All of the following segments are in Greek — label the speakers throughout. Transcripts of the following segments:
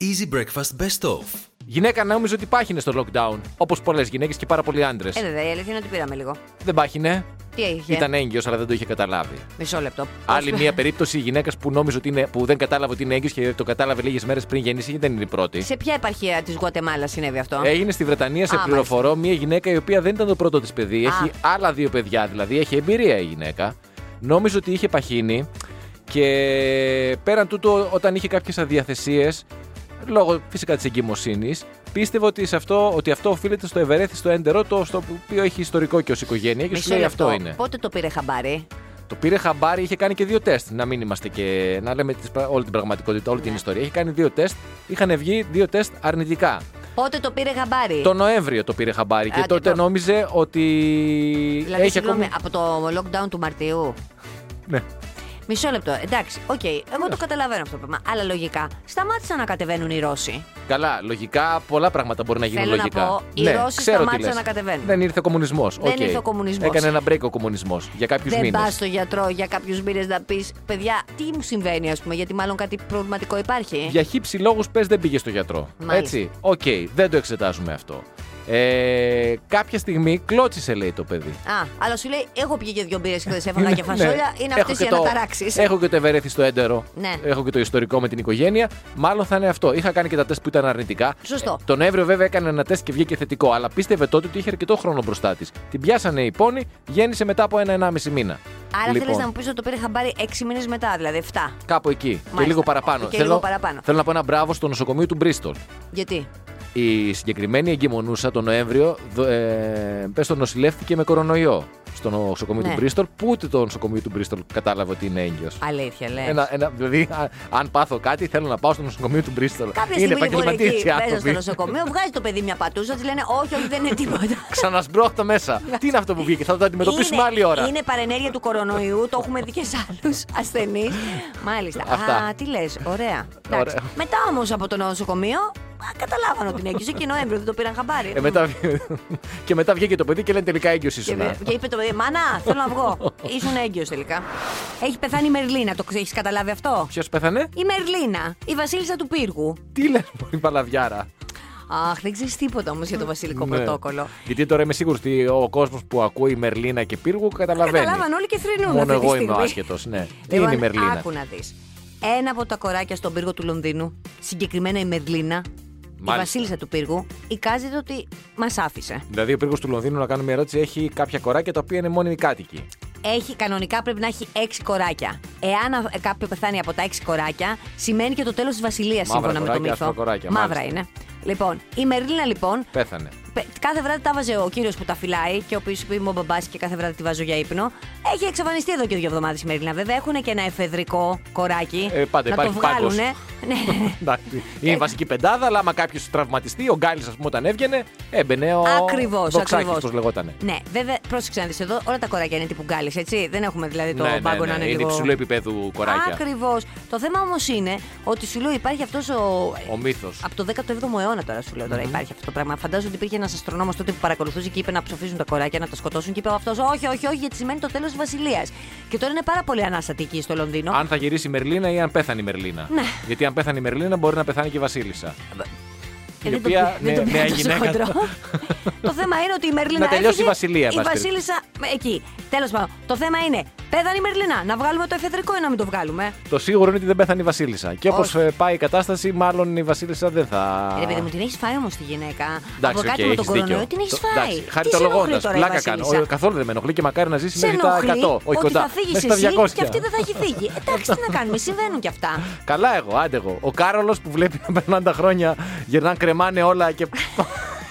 Speaker 1: Easy Breakfast Best Of.
Speaker 2: Γυναίκα νόμιζε ότι πάχινε στο lockdown. Όπως πολλές γυναίκες και πάρα πολλοί άντρες.
Speaker 3: Ε, βέβαια, η αλήθεια είναι ότι πήραμε λίγο.
Speaker 2: Δεν πάχινε.
Speaker 3: Τι είχε.
Speaker 2: Ήταν έγκυος, αλλά δεν το είχε καταλάβει.
Speaker 3: Μισό λεπτό.
Speaker 2: Άλλη μία περίπτωση γυναίκας που νόμιζε ότι είναι, που δεν κατάλαβε ότι είναι έγκυος και το κατάλαβε λίγες μέρες πριν γεννήσει και δεν είναι η πρώτη.
Speaker 3: Σε ποια επαρχία της Γουατεμάλας συνέβη αυτό.
Speaker 2: Έγινε στη Βρετανία, σε
Speaker 3: Α,
Speaker 2: πληροφορώ, μία γυναίκα η οποία δεν ήταν το πρώτο της παιδί. Έχει άλλα δύο παιδιά, δηλαδή έχει εμπειρία η γυναίκα. Νόμιζε ότι είχε παχύνει και πέραν τούτου, όταν είχε κάποιες αδιαθεσίες, λόγω φυσικά της εγκυμοσύνης, πίστευε ότι, σε αυτό, ότι αυτό οφείλεται στο ευερέθη στο έντερό, το στο οποίο έχει ιστορικό και ως οικογένεια και σου
Speaker 3: Μισό
Speaker 2: λέει
Speaker 3: λεπτό.
Speaker 2: αυτό είναι.
Speaker 3: Πότε το πήρε χαμπάρι.
Speaker 2: Το πήρε χαμπάρι, είχε κάνει και δύο τεστ. Να μην είμαστε και. να λέμε τις, πρα- όλη την πραγματικότητα, όλη
Speaker 3: Ναι.
Speaker 2: την ιστορία. Είχε κάνει δύο τεστ. Είχαν βγει δύο τεστ αρνητικά.
Speaker 3: Πότε το πήρε χαμπάρι.
Speaker 2: Το Νοέμβριο το πήρε χαμπάρι και
Speaker 3: Άντε,
Speaker 2: τότε
Speaker 3: το-
Speaker 2: νόμιζε ότι.
Speaker 3: Δηλαδή,
Speaker 2: έχει
Speaker 3: συγγνώμη,
Speaker 2: ακόμη.
Speaker 3: από το lockdown του Μαρτίου.
Speaker 2: Ναι.
Speaker 3: Μισό λεπτό. Εντάξει, οκ. εγώ το καταλαβαίνω αυτό το πράγμα. Αλλά λογικά σταμάτησαν να κατεβαίνουν οι Ρώσοι.
Speaker 2: Καλά, λογικά πολλά πράγματα μπορεί να γίνουν
Speaker 3: Θέλω να
Speaker 2: λογικά. Ναι,
Speaker 3: πω, οι Ρώσοι
Speaker 2: ξέρω τι
Speaker 3: σταμάτησαν
Speaker 2: λες.
Speaker 3: να κατεβαίνουν.
Speaker 2: Δεν ήρθε ο κομμουνισμός.
Speaker 3: Δεν ήρθε ο κομμουνισμός.
Speaker 2: Έκανε ένα break ο κομμουνισμός για κάποιους
Speaker 3: Δεν
Speaker 2: μήνες.
Speaker 3: πας στο γιατρό για κάποιους μήνες να πεις, παιδιά, τι μου συμβαίνει, ας πούμε, γιατί μάλλον κάτι προβληματικό υπάρχει.
Speaker 2: Για χύψη λόγους πες δεν πήγε στο γιατρό.
Speaker 3: Μάλιστα.
Speaker 2: Έτσι. Οκ, δεν το εξετάζουμε αυτό. Ε, κάποια στιγμή κλώτσισε, λέει το παιδί.
Speaker 3: Α, αλλά σου λέει, έχω πιει και δύο μπύρες χθες, έφαγα
Speaker 2: Ναι,
Speaker 3: και φασόλια,
Speaker 2: ναι.
Speaker 3: είναι
Speaker 2: Έχω και
Speaker 3: αυτέ οι
Speaker 2: το-
Speaker 3: αναταράξεις.
Speaker 2: Έχω και το ευερέθη στο έντερο.
Speaker 3: Ναι.
Speaker 2: Έχω και το ιστορικό με την οικογένεια. Μάλλον θα είναι αυτό. Είχα κάνει και τα τεστ που ήταν αρνητικά.
Speaker 3: Σωστό.
Speaker 2: Ε, τον Εύριο βέβαια έκανε ένα τεστ και βγήκε θετικό. Αλλά πίστευε τότε ότι είχε αρκετό χρόνο μπροστά της. Την πιάσανε οι πόνοι, γέννησε μετά από ένα-ενάμιση μήνα.
Speaker 3: Άρα
Speaker 2: λοιπόν,
Speaker 3: θέλεις να μου πεις ότι το πήρε χαμπάρι 6 μήνες μετά, δηλαδή 7.
Speaker 2: Κάπου εκεί. Και
Speaker 3: Μάλιστα.
Speaker 2: λίγο παραπάνω.
Speaker 3: Και
Speaker 2: θέλω,
Speaker 3: λίγο παραπάνω.
Speaker 2: θέλω να πω ένα μπράβο στο νοσοκομείο του Μπρίστολ.
Speaker 3: Γιατί.
Speaker 2: Η συγκεκριμένη εγκυμονούσα τον Νοέμβριο δο- ε, πες το νοσηλεύτηκε με κορονοϊό στο νοσοκομείο
Speaker 3: Ναι.
Speaker 2: του Μπρίστολ, που ούτε το νοσοκομείο του Μπρίστολ κατάλαβε ότι είναι έγκυος.
Speaker 3: Αλήθεια, λέει.
Speaker 2: Ένα, ένα, δηλαδή, α- αν πάθω κάτι, θέλω να πάω στο νοσοκομείο του Μπρίστολ.
Speaker 3: Κάποια στιγμή λοιπόν
Speaker 2: επαγγελματίες
Speaker 3: εκεί
Speaker 2: οι
Speaker 3: μέσα στο
Speaker 2: άνθρωποι.
Speaker 3: νοσοκομείο βγάζει το παιδί μια πατούσα, της λένε Όχι, όχι, δεν είναι τίποτα.
Speaker 2: Ξανασμπρώχτα μέσα. Τι είναι αυτό που βγήκε, θα το αντιμετωπίσουμε
Speaker 3: Είναι-
Speaker 2: άλλη ώρα.
Speaker 3: Είναι παρενέργεια του κορονοϊού, το έχουμε δει και σε άλλους ασθενείς. Μάλιστα.
Speaker 2: Αυτά.
Speaker 3: Α, τι λες, ωραία. Εντάξει.
Speaker 2: Ωραία.
Speaker 3: Μετά όμως από το νοσοκομείο, α, καταλάβανε ότι είναι έγκυος και Νοέμβριο δεν το πήραν χαμπάρι.
Speaker 2: Ε, μετά... και μετά βγήκε το παιδί και λένε τελικά έγκυος
Speaker 3: Και,
Speaker 2: ήσουν.
Speaker 3: και είπε το παιδί, Μανά, θέλω να βγω. Ήσουν έγκυος τελικά. Έχει πεθάνει η Μερλίνα, το έχεις καταλάβει αυτό.
Speaker 2: Ποιος πέθανε,
Speaker 3: Η Μερλίνα, η βασίλισσα του πύργου.
Speaker 2: τι λες πολύ παλαβιάρα.
Speaker 3: Αχ, δεν ξέρεις τίποτα όμως για το βασιλικό
Speaker 2: Ναι.
Speaker 3: πρωτόκολλο.
Speaker 2: Γιατί τώρα είμαι σίγουρη ότι ο κόσμος που ακούει Μερλίνα και Πύργου καταλαβαίνει.
Speaker 3: Καταλάβαν όλοι και θρυνούν
Speaker 2: Μόνο
Speaker 3: αυτή τη
Speaker 2: εγώ είμαι
Speaker 3: στιγμή.
Speaker 2: ο άσχετος, ναι. Τι
Speaker 3: Λοιπόν,
Speaker 2: είναι η Μερλίνα.
Speaker 3: Άκου να δεις. Ένα από τα κοράκια στον πύργο του Λονδίνου, συγκεκριμένα η Μερλίνα,
Speaker 2: Μάλιστα.
Speaker 3: η βασίλισσα του πύργου, εικάζεται ότι μας άφησε.
Speaker 2: Δηλαδή, ο πύργος του Λονδίνου, να κάνουμε ερώτηση, έχει κάποια κοράκια τα οποία είναι μόνιμοι κάτοικοι.
Speaker 3: Έχει, κανονικά πρέπει να έχει έξι κοράκια. Εάν α- κάποιο πεθάνει από τα έξι κοράκια, σημαίνει και το τέλος της βασιλείας
Speaker 2: Μαύρα
Speaker 3: σύμφωνα με
Speaker 2: κοράκια,
Speaker 3: το μύθο.
Speaker 2: άσπρα κοράκια,
Speaker 3: Μαύρα
Speaker 2: μάλιστα.
Speaker 3: είναι. Λοιπόν, η Μερλίνα λοιπόν
Speaker 2: Πέθανε.
Speaker 3: Πε- Κάθε βράδυ τα βάζε ο κύριος που τα φυλάει και ο οποίος είπε: Μου μπαμπάς και κάθε βράδυ τη βάζω για ύπνο. Έχει εξαφανιστεί εδώ και δύο εβδομάδες η Μερίνα. Βέβαια, έχουν και ένα εφεδρικό κοράκι.
Speaker 2: Ε, πάντα
Speaker 3: να το
Speaker 2: υπάρχει πάγκος.
Speaker 3: βγάλουνε. Ναι.
Speaker 2: Εντάξει. Είναι η βασική πεντάδα, αλλά άμα κάποιος τραυματιστεί, ο Γκάλης, ας πούμε, όταν έβγαινε, έμπαινε ο.
Speaker 3: Ακριβώς, ακριβώ.
Speaker 2: Πώ λεγότανε.
Speaker 3: Ναι, βέβαια, πρόσεξε να δεις εδώ, όλα τα κοράκια είναι τύπου γκάλης, έτσι. Δεν έχουμε δηλαδή το
Speaker 2: ναι, ναι,
Speaker 3: μπάγκο
Speaker 2: ναι,
Speaker 3: να είναι
Speaker 2: είναι
Speaker 3: λίγο.
Speaker 2: υψηλού επίπεδου κοράκια.
Speaker 3: Ακριβώς. Το θέμα όμως είναι ότι σου λέω υπάρχει αυτός ο.
Speaker 2: Ο μύθος.
Speaker 3: Από το 17ο αιώνα τώρα σου λέω τώρα υπάρχει αυτό το πράγμα. Φαντάζομαι ότι υπήρχε ένας αστρονόμος τότε που παρακολουθούσε και είπε να ψοφίζουν τα κοράκια, να τα σκοτώσουν. Και είπε αυτός, Όχι, όχι, όχι, γιατί σημαίνει το τέλος τη βασιλείας. Και τώρα είναι πάρα πολύ αναστατική στο Λονδίνο. Ε,
Speaker 2: Αν θα γυρίσει η Μερλίνα ή αν πέθανε η Μερλίνα.
Speaker 3: Ναι.
Speaker 2: Γιατί αν πέθανε η Μερλίνα, μπορεί να πεθάνει και η Βασίλισσα.
Speaker 3: Ε,
Speaker 2: η
Speaker 3: δεν το
Speaker 2: οποία,
Speaker 3: πήρα- δεν
Speaker 2: ναι,
Speaker 3: το πήρα
Speaker 2: νέα
Speaker 3: τόσο
Speaker 2: γυναίκα.
Speaker 3: χοντρό. το θέμα είναι ότι η Μερλίνα.
Speaker 2: Να τελειώσει η
Speaker 3: έφυγε,
Speaker 2: βασιλεία, εν
Speaker 3: Η
Speaker 2: πάση
Speaker 3: Βασίλισσα εκεί. Τέλος πάντων. Το θέμα είναι, πέθανε η Μερλίνα. Να βγάλουμε το εφεδρικό ή να μην το βγάλουμε.
Speaker 2: Το σίγουρο είναι ότι δεν πέθανε η Βασίλισσα. Και όπως
Speaker 3: Όχι. Ε,
Speaker 2: πάει η κατάσταση, μάλλον η Βασίλισσα δεν θα.
Speaker 3: Ρε παιδί μου, την έχεις φάει όμως τη γυναίκα.
Speaker 2: Εντάξει,
Speaker 3: Από κάτι
Speaker 2: οκ,
Speaker 3: με τον
Speaker 2: έχεις δίκιο.
Speaker 3: κορονοϊό την έχεις
Speaker 2: Το-
Speaker 3: φάει.
Speaker 2: εντάξει,
Speaker 3: Τι σε
Speaker 2: Χαριτολογώντα.
Speaker 3: ενοχλεί τώρα η
Speaker 2: Πλάκα κάνω.
Speaker 3: Βασίλισσα?
Speaker 2: Ο- Καθόλου δεν με ενοχλεί και μακάρι να ζήσει
Speaker 3: Σε
Speaker 2: μέχρι τα
Speaker 3: ενοχλεί
Speaker 2: 100.
Speaker 3: ότι
Speaker 2: Όχι κοντά.
Speaker 3: θα φύγεις
Speaker 2: Μέχρι τα
Speaker 3: εσύ
Speaker 2: 200.
Speaker 3: και αυτή δεν θα έχει φύγει. Εντάξει, τι να κάνουμε, συμβαίνουν κι αυτά.
Speaker 2: Καλά εγώ, άντε εγώ. Ο Κάρολος που βλέπει να περνάνε τα χρόνια γυρνάνε κρεμάνε όλα και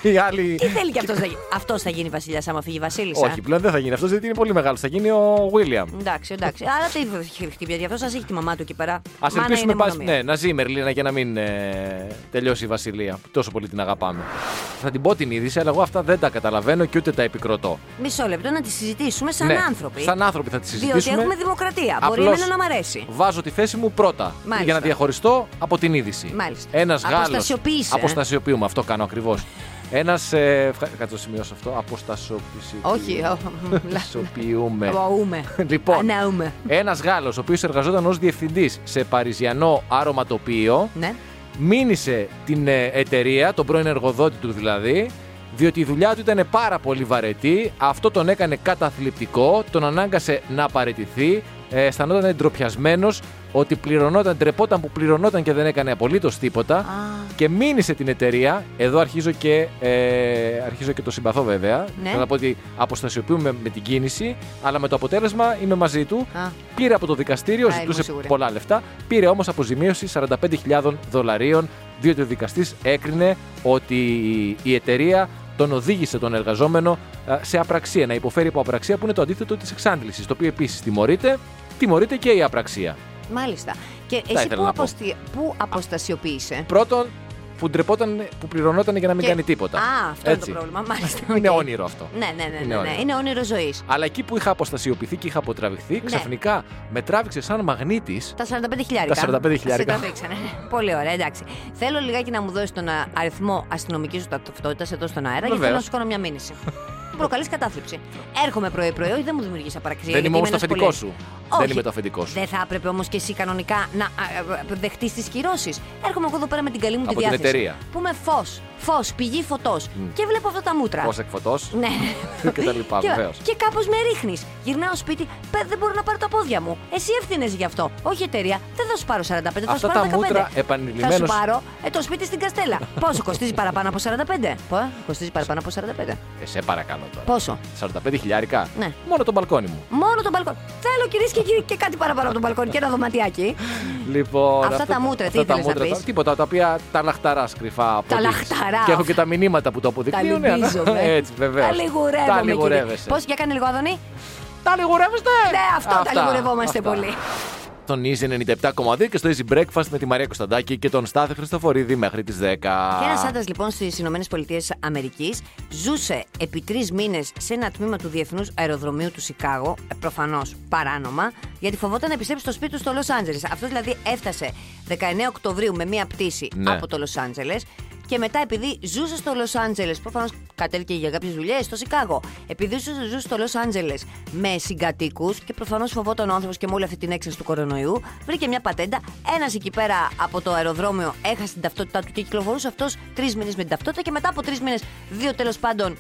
Speaker 2: οι άλλοι.
Speaker 3: Τι ε? θέλει κι αυτό να γίνει. Αυτός θα γίνει βασιλιάς άμα φύγει η Βασίλισσα.
Speaker 2: Όχι, πλέον δεν θα γίνει αυτός γιατί είναι πολύ μεγάλος. Θα γίνει ο Βίλιαμ.
Speaker 3: Εντάξει, εντάξει. Άρα τι χτυπιέται γι' αυτό, α έχει τη μαμά του εκεί πέρα.
Speaker 2: Ας
Speaker 3: Μάνα
Speaker 2: ελπίσουμε
Speaker 3: είναι
Speaker 2: πας,
Speaker 3: μονομία.
Speaker 2: ναι, να ζει η Μερλίνα και να μην ε, τελειώσει η Βασιλεία. που Τόσο πολύ την αγαπάμε. Θα την πω την είδηση, αλλά εγώ αυτά δεν τα καταλαβαίνω και ούτε τα επικροτώ.
Speaker 3: Μισό λεπτό να τη συζητήσουμε σαν
Speaker 2: ναι,
Speaker 3: άνθρωποι.
Speaker 2: Σαν άνθρωποι θα τη συζητήσουμε.
Speaker 3: Διότι έχουμε δημοκρατία. Μπορεί
Speaker 2: Απλώς
Speaker 3: εμένα να μ' αρέσει.
Speaker 2: Βάζω τη θέση μου πρώτα.
Speaker 3: Μάλιστα.
Speaker 2: Για να διαχωριστώ από την είδηση.
Speaker 3: Μάλιστα.
Speaker 2: Ένας Γάλλος.
Speaker 3: Αποστασιοποίησε, ε.
Speaker 2: Αποστασιοποιούμε, αυτό κάνω ακριβώς. Ένας. Ε, ευχα- Κάτσε να το σημειώσω αυτό. Αποστασιοποίηση.
Speaker 3: Όχι, ο-
Speaker 2: Αποστασιοποιούμε.
Speaker 3: Αούμε.
Speaker 2: Ναι. Λοιπόν.
Speaker 3: Αναούμε.
Speaker 2: Ένας Γάλλος, ο οποίος εργαζόταν ως διευθυντής σε παριζιανό αρωματοποιείο,
Speaker 3: Ναι.
Speaker 2: μήνυσε την ε, εταιρεία, τον πρώην εργοδότη του δηλαδή, διότι η δουλειά του ήταν πάρα πολύ βαρετή. Αυτό τον έκανε καταθλιπτικό, τον ανάγκασε να παραιτηθεί. Ε, αισθανόταν εντροπιασμένο ότι πληρωνόταν, τρεπόταν που πληρωνόταν και δεν έκανε απολύτως τίποτα. Και μήνυσε την εταιρεία. Εδώ αρχίζω και, ε, αρχίζω και το συμπαθώ βέβαια.
Speaker 3: Ναι.
Speaker 2: Θέλω να πω ότι αποστασιοποιούμε με την κίνηση, αλλά με το αποτέλεσμα είμαι μαζί του.
Speaker 3: Α.
Speaker 2: Πήρε από το δικαστήριο,
Speaker 3: Α,
Speaker 2: ζητούσε
Speaker 3: ήμουν σίγουρη.
Speaker 2: πολλά λεφτά. Πήρε όμως αποζημίωση 45.000 δολαρίων, διότι ο δικαστής έκρινε ότι η εταιρεία τον οδήγησε τον εργαζόμενο ε, σε απραξία, να υποφέρει από απραξία που είναι το αντίθετο της εξάντλησης. Το οποίο επίσης τιμωρείται, τιμωρείται και η απραξία.
Speaker 3: Μάλιστα. Και
Speaker 2: ήθελα
Speaker 3: εσύ πού,
Speaker 2: να πω.
Speaker 3: αποστη... πού αποστασιοποίησε.
Speaker 2: Πρώτον, που ντρεπόταν, που πληρωνόταν για να μην
Speaker 3: Και-
Speaker 2: κάνει τίποτα.
Speaker 3: Α, αυτό
Speaker 2: Έτσι.
Speaker 3: είναι το πρόβλημα. Μάλιστα.
Speaker 2: Είναι
Speaker 3: οκ.
Speaker 2: όνειρο αυτό.
Speaker 3: Ναι, ναι, ναι.
Speaker 2: Είναι
Speaker 3: ναι, ναι.
Speaker 2: όνειρο.
Speaker 3: Είναι όνειρο ζωής.
Speaker 2: Αλλά εκεί που είχα αποστασιοποιηθεί και είχα αποτραβηχθεί,
Speaker 3: Ναι.
Speaker 2: ξαφνικά με τράβηξε σαν μαγνήτης.
Speaker 3: Τα 45 χιλιάρικα.
Speaker 2: Τα 45 χιλιάρικα.
Speaker 3: Σε τα δείξανε. Πολύ ωραία, εντάξει. Θέλω λιγάκι να μου δώσεις τον α, αριθμό αστυνομικής σου ταυτότητα εδώ στον αέρα, γιατί
Speaker 2: Βεβαίως.
Speaker 3: θέλω να σου κάνω μια μήνυση. Μου προκαλείς κατάθλιψη. Έρχομαι πρωί-πρωί, όχι, δεν μου δημιουργείς απαραξία.
Speaker 2: Δεν
Speaker 3: γιατί
Speaker 2: είμαι όμως
Speaker 3: είμαι
Speaker 2: το
Speaker 3: ένας
Speaker 2: αφεντικό
Speaker 3: πολύ-
Speaker 2: σου.
Speaker 3: Όχι.
Speaker 2: Δεν είμαι το αφεντικό σου.
Speaker 3: Δεν θα έπρεπε όμως και εσύ κανονικά να ε, δεχτείς τις κυρώσεις. Έρχομαι εγώ εδώ πέρα με την καλή μου τη
Speaker 2: Από την
Speaker 3: διάθεση.
Speaker 2: εταιρεία.
Speaker 3: Που είμαι φως, φως, πηγή φωτός. Και βλέπω αυτά τα μούτρα.
Speaker 2: Πώ εκφωτό.
Speaker 3: Ναι.
Speaker 2: Και τα λοιπά,
Speaker 3: Και-
Speaker 2: βεβαίως.
Speaker 3: Και κάπως με ρίχνεις. Γυρνάω σπίτι, «Παι, δεν μπορώ να πάρω τα πόδια μου. Εσύ ευθύνε γι' αυτό. Όχι εταιρεία, δεν θα σου πάρω 45, θα
Speaker 2: Αυτά
Speaker 3: σου πάρω
Speaker 2: τα
Speaker 3: 15.
Speaker 2: μούτρα
Speaker 3: Θα σου
Speaker 2: επανειλημμένως-
Speaker 3: πάρω ε, το σπίτι στην Καστέλα. Πόσο κοστίζει παραπάνω από 45. Πο, ε, κοστίζει παραπάνω από 45.
Speaker 2: Ε, σε παρακαλώ τώρα.
Speaker 3: Πόσο.
Speaker 2: 45 χιλιάρικα.
Speaker 3: Ναι.
Speaker 2: Μόνο το μπαλκόνι μου.
Speaker 3: Μόνο τον μπαλκόνι. Θέλω κυρίες και κύριοι και κάτι παραπάνω από τον μπαλκόνι και ένα δωματιάκι.
Speaker 2: Λοιπόν,
Speaker 3: Αυτά τα μούτρα, τι
Speaker 2: αυτά τα
Speaker 3: ήθελες να
Speaker 2: μούτρα,
Speaker 3: πεις?
Speaker 2: τα- Τίποτα, τα οποία τα λαχταρά κρυφά από
Speaker 3: λαχταρά.
Speaker 2: Και έχω και τα μηνύματα που το
Speaker 3: Τα
Speaker 2: αποδεικνύουν. αλλά-
Speaker 3: λυγίζομαι.
Speaker 2: Έτσι, βεβαίως.
Speaker 3: Τα λιγουρεύομαι.
Speaker 2: Τα λιγουρεύεσαι.
Speaker 3: Πώς και έκανε λίγο, Αδωνή.
Speaker 2: Τα λιγουρεύεστε!
Speaker 3: Ναι, αυτό τα λιγουρευόμαστε
Speaker 2: αυτά.
Speaker 3: πολύ.
Speaker 2: Τον Easy 97,2 και στο Easy Breakfast με τη Μαρία Κωνσταντάκη και τον Στάθη Χριστοφορίδη μέχρι τις 10.
Speaker 3: Και ένα άντρα λοιπόν στις Ηνωμένες Πολιτείες Αμερικής ζούσε επί τρεις μήνες σε ένα τμήμα του Διεθνούς Αεροδρομίου του Σικάγο, προφανώς παράνομα, γιατί φοβόταν να επιστρέψει στο σπίτι του στο Λος Άντζελες. Αυτός δηλαδή έφτασε 19 Οκτωβρίου με μία πτήση
Speaker 2: Ναι.
Speaker 3: από το Λος Άντζελες. Και μετά, επειδή ζούσε στο Λος Άντζελες, προφανώς κατέληκε για κάποιες δουλειές στο Σικάγο. Επειδή ζούσε, ζούσε στο Λος Άντζελες με συγκατοίκους και προφανώς φοβόταν ο άνθρωπος και με όλη αυτή την έξαρση του κορονοϊού, βρήκε μια πατέντα. Ένας εκεί πέρα από το αεροδρόμιο έχασε την ταυτότητά του και κυκλοφορούσε αυτός τρεις μήνες με την ταυτότητα. Και μετά από τρεις μήνες, δύο τέλος πάντων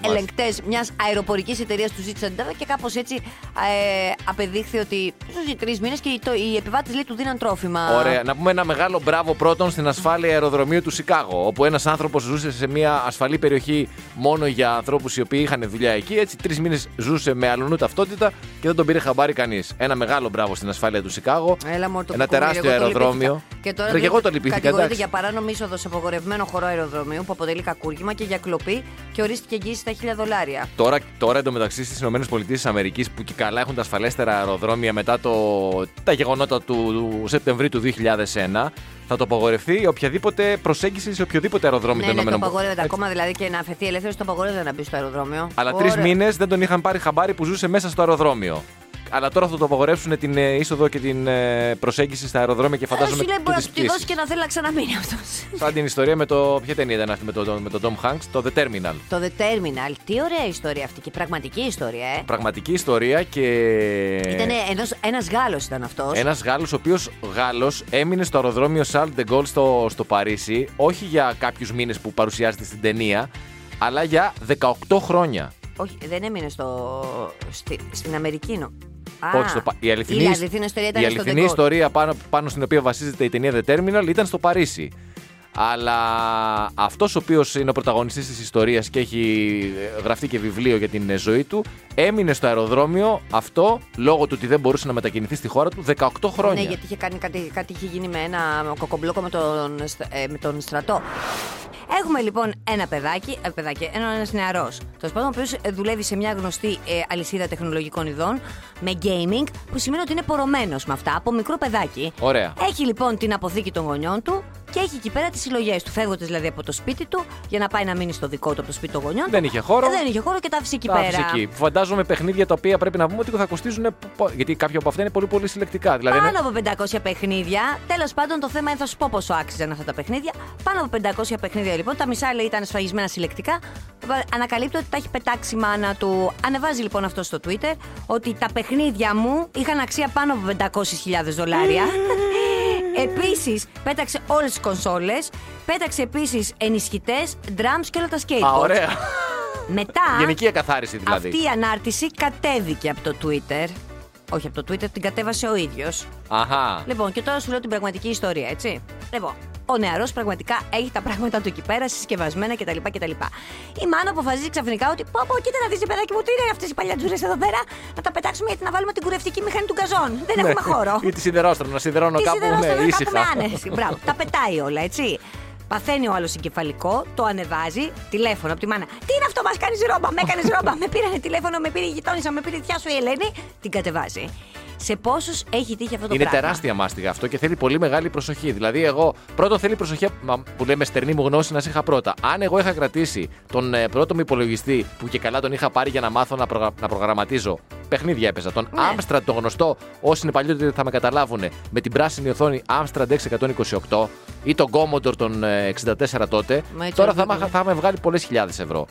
Speaker 3: ε, ελεγκτές μιας αεροπορικής εταιρείας του ζήτησαν την ταυτότητα και κάπως έτσι ε, απεδείχθη ότι ζούσε τρεις μήνες και οι, το- οι επιβάτες λέει του δίναν τρόφιμα.
Speaker 2: Ωραία. Να πούμε ένα μεγάλο μπράβο πρώτον στην ασφάλεια αεροδρομίου του Σικάγο. Όπου ένας άνθρωπος ζούσε σε μια ασφαλή περιοχή μόνο για ανθρώπους οι οποίοι είχαν δουλειά εκεί. Έτσι, τρεις μήνες ζούσε με αλλονού ταυτότητα και δεν τον πήρε χαμπάρι κανείς. Ένα μεγάλο μπράβο στην ασφάλεια του Σικάγο.
Speaker 3: Έλα μου, το
Speaker 2: ένα
Speaker 3: κουκούμι,
Speaker 2: τεράστιο
Speaker 3: εγώ το
Speaker 2: αεροδρόμιο.
Speaker 3: λυπήθηκα. Και τώρα
Speaker 2: Ρε, και εγώ το λυπήθηκα.
Speaker 3: κατηγορείται
Speaker 2: εντάξει.
Speaker 3: για παράνομη είσοδος σε απογορευμένο χώρο αεροδρομίου που αποτελεί κακούργημα και για κλοπή και ορίστηκε εγγύηση στα 1000 δολάρια.
Speaker 2: Τώρα, τώρα εντωμεταξύ στις ΗΠΑ που και καλά έχουν τα ασφαλέστερα αεροδρόμια μετά το, τα γεγονότα του, του Σεπτεμβρίου του 2001, θα το απαγορευτεί οποιαδήποτε προσέγγιση σε οποιοδήποτε αεροδρόμιο
Speaker 3: ναι,
Speaker 2: των Ε,
Speaker 3: ναι, το
Speaker 2: ΗΠΑ.
Speaker 3: απαγορεύεται ακόμα δηλαδή και να αφαιθεί ελεύθερος, το απαγορεύεται να μπει στο αεροδρόμιο.
Speaker 2: Αλλά
Speaker 3: Ωραία.
Speaker 2: τρει μήνες δεν τον είχαν πάρει χαμπάρι που ζούσε μέσα στο αεροδρόμιο. Αλλά τώρα θα το απαγορεύσουν την ε, είσοδο και την ε, προσέγγιση στα αεροδρόμια και
Speaker 3: Άρα
Speaker 2: φαντάζομαι.
Speaker 3: Σου λέει
Speaker 2: και
Speaker 3: μπορεί να
Speaker 2: τις
Speaker 3: του τη δώσει
Speaker 2: πτήσεις.
Speaker 3: και να θέλει να ξαναμείνει αυτός.
Speaker 2: Σαν την ιστορία με το. Ποια ταινία ήταν αυτή με τον με τον Tom Hanks, το The Terminal.
Speaker 3: Το The Terminal, τι ωραία ιστορία αυτή και πραγματική ιστορία, ε.
Speaker 2: Πραγματική ιστορία και.
Speaker 3: Ήταν ένας Γάλλος ήταν αυτός.
Speaker 2: Ε. Ένας Γάλλος, ο οποίος Γάλλος έμεινε στο αεροδρόμιο Charles de Gaulle στο, στο Παρίσι, όχι για κάποιους μήνες που παρουσιάζεται στην ταινία, αλλά για 18 χρόνια.
Speaker 3: Όχι, δεν έμεινε στο, στη- στην Αμερική. νο. Α,
Speaker 2: Όχι, στο, Πα- η αληθινή,
Speaker 3: η αληθινή ιστορία ήταν
Speaker 2: η
Speaker 3: στο
Speaker 2: αληθινή
Speaker 3: Ντεγκόλ.
Speaker 2: ιστορία πάνω, πάνω στην οποία βασίζεται η ταινία The Terminal ήταν στο Παρίσι. Αλλά αυτός ο οποίος είναι ο πρωταγωνιστής της ιστορίας και έχει ε, γραφτεί και βιβλίο για την ε, ζωή του, έμεινε στο αεροδρόμιο αυτό λόγω του ότι δεν μπορούσε να μετακινηθεί στη χώρα του 18 χρόνια.
Speaker 3: Ναι, γιατί είχε κάνει κάτι, κάτι είχε γίνει με ένα κοκομπλόκο με τον, στ- ε, με τον στρατό. Έχουμε λοιπόν ένα παιδάκι, ε, παιδάκι ένα ένας νεαρός, τέλος πάντων, ο οποίος ε, δουλεύει σε μια γνωστή ε, αλυσίδα τεχνολογικών ειδών με gaming, που σημαίνει ότι είναι πορωμένος με αυτά, από μικρό παιδάκι.
Speaker 2: Ωραία.
Speaker 3: Έχει λοιπόν την αποθήκη των γονιών του και έχει εκεί πέρα τις συλλογές του. Φεύγοντας δηλαδή από το σπίτι του για να πάει να μείνει στο δικό του από το σπίτι των γονιών.
Speaker 2: Δεν
Speaker 3: του.
Speaker 2: είχε χώρο.
Speaker 3: Ε, Δεν είχε χώρο και τα άφησε εκεί
Speaker 2: Τα
Speaker 3: πέρα.
Speaker 2: άφησε εκεί. Φαντάζομαι παιχνίδια τα οποία πρέπει να πούμε ότι θα κοστίζουν. Γιατί κάποια από αυτά είναι πολύ πολύ συλλεκτικά. Δηλαδή, είναι-
Speaker 3: Πάνω από 500 παιχνίδια. Τέλος πάντων, το θέμα είναι θα σου πω πόσο άξιζαν αυτά τα παιχνίδια. Πάνω από 500 παιχνίδια λοιπόν. Τα μισά λέει ήταν σφαγισμένα συλλεκτικά. Ανακαλύπτω ότι τα έχει πετάξει η μάνα του. Ανεβάζει λοιπόν αυτό στο Twitter ότι τα παιχνίδια μου είχαν αξία πάνω από 500.000 δολάρια. Επίσης, πέταξε όλες τις κονσόλες. Πέταξε επίσης ενισχυτές, drums και όλα τα
Speaker 2: Α,
Speaker 3: skateboards.
Speaker 2: ωραία.
Speaker 3: Μετά,
Speaker 2: Γενική εκαθάριση δηλαδή.
Speaker 3: αυτή η ανάρτηση κατέβηκε από το Twitter. Όχι από το Twitter, την κατέβασε ο ίδιος.
Speaker 2: Αχα.
Speaker 3: Λοιπόν, και τώρα σου λέω την πραγματική ιστορία, έτσι. Λοιπόν, ο νεαρός πραγματικά έχει τα πράγματα του εκεί πέρα, συσκευασμένα κτλ. κτλ. Η μάνα αποφασίζει ξαφνικά ότι πω, πω, κοίτα να δεις, παιδάκι μου, τι είναι αυτές οι παλιατζούρες εδώ πέρα, να τα πετάξουμε γιατί να βάλουμε την κουρευτική μηχανή του γκαζόν. Δεν έχουμε χώρο.
Speaker 2: Ή τη σιδερόστρα, να σιδερώνω
Speaker 3: Τι
Speaker 2: Ναι, κάπου
Speaker 3: σιδερόστομο
Speaker 2: ναι,
Speaker 3: να
Speaker 2: ήσυχα.
Speaker 3: κάπου με άνεση. Μπράβο. Τα πετάει όλα, έτσι. Παθαίνει ο άλλος συγκεφαλικό, το ανεβάζει, τηλέφωνο από τη μάνα. Τι είναι αυτό, μας κάνεις ρόμπα, με έκανε ρόμπα. με πήρανε τηλέφωνο, με πήρε η γειτόνισσα, με πήρε η θιά σου η Ελένη. Την κατεβάζει. Σε πόσους έχει τύχει αυτό το
Speaker 2: Είναι
Speaker 3: πράγμα.
Speaker 2: τεράστια μάστιγα αυτό και θέλει πολύ μεγάλη προσοχή. Δηλαδή, εγώ πρώτον θέλει προσοχή μα, που λέμε στερνή μου γνώση να σε είχα πρώτα. Αν εγώ είχα κρατήσει τον ε, πρώτο μου υπολογιστή που και καλά τον είχα πάρει για να μάθω να, προγρα- να προγραμματίζω, παιχνίδια έπαιζα. Τον
Speaker 3: Ναι.
Speaker 2: Amstrad, το γνωστό, όσοι είναι παλιότεροι θα με καταλάβουν, με την πράσινη οθόνη Amstrad 628 ή τον Commodore τον ε, 64 τότε,
Speaker 3: Μα έτσι
Speaker 2: τώρα
Speaker 3: όλο
Speaker 2: θα,
Speaker 3: το
Speaker 2: μ'α-
Speaker 3: δουλεύει.
Speaker 2: θα με βγάλει πολλές χιλιάδες ευρώ.
Speaker 3: Α,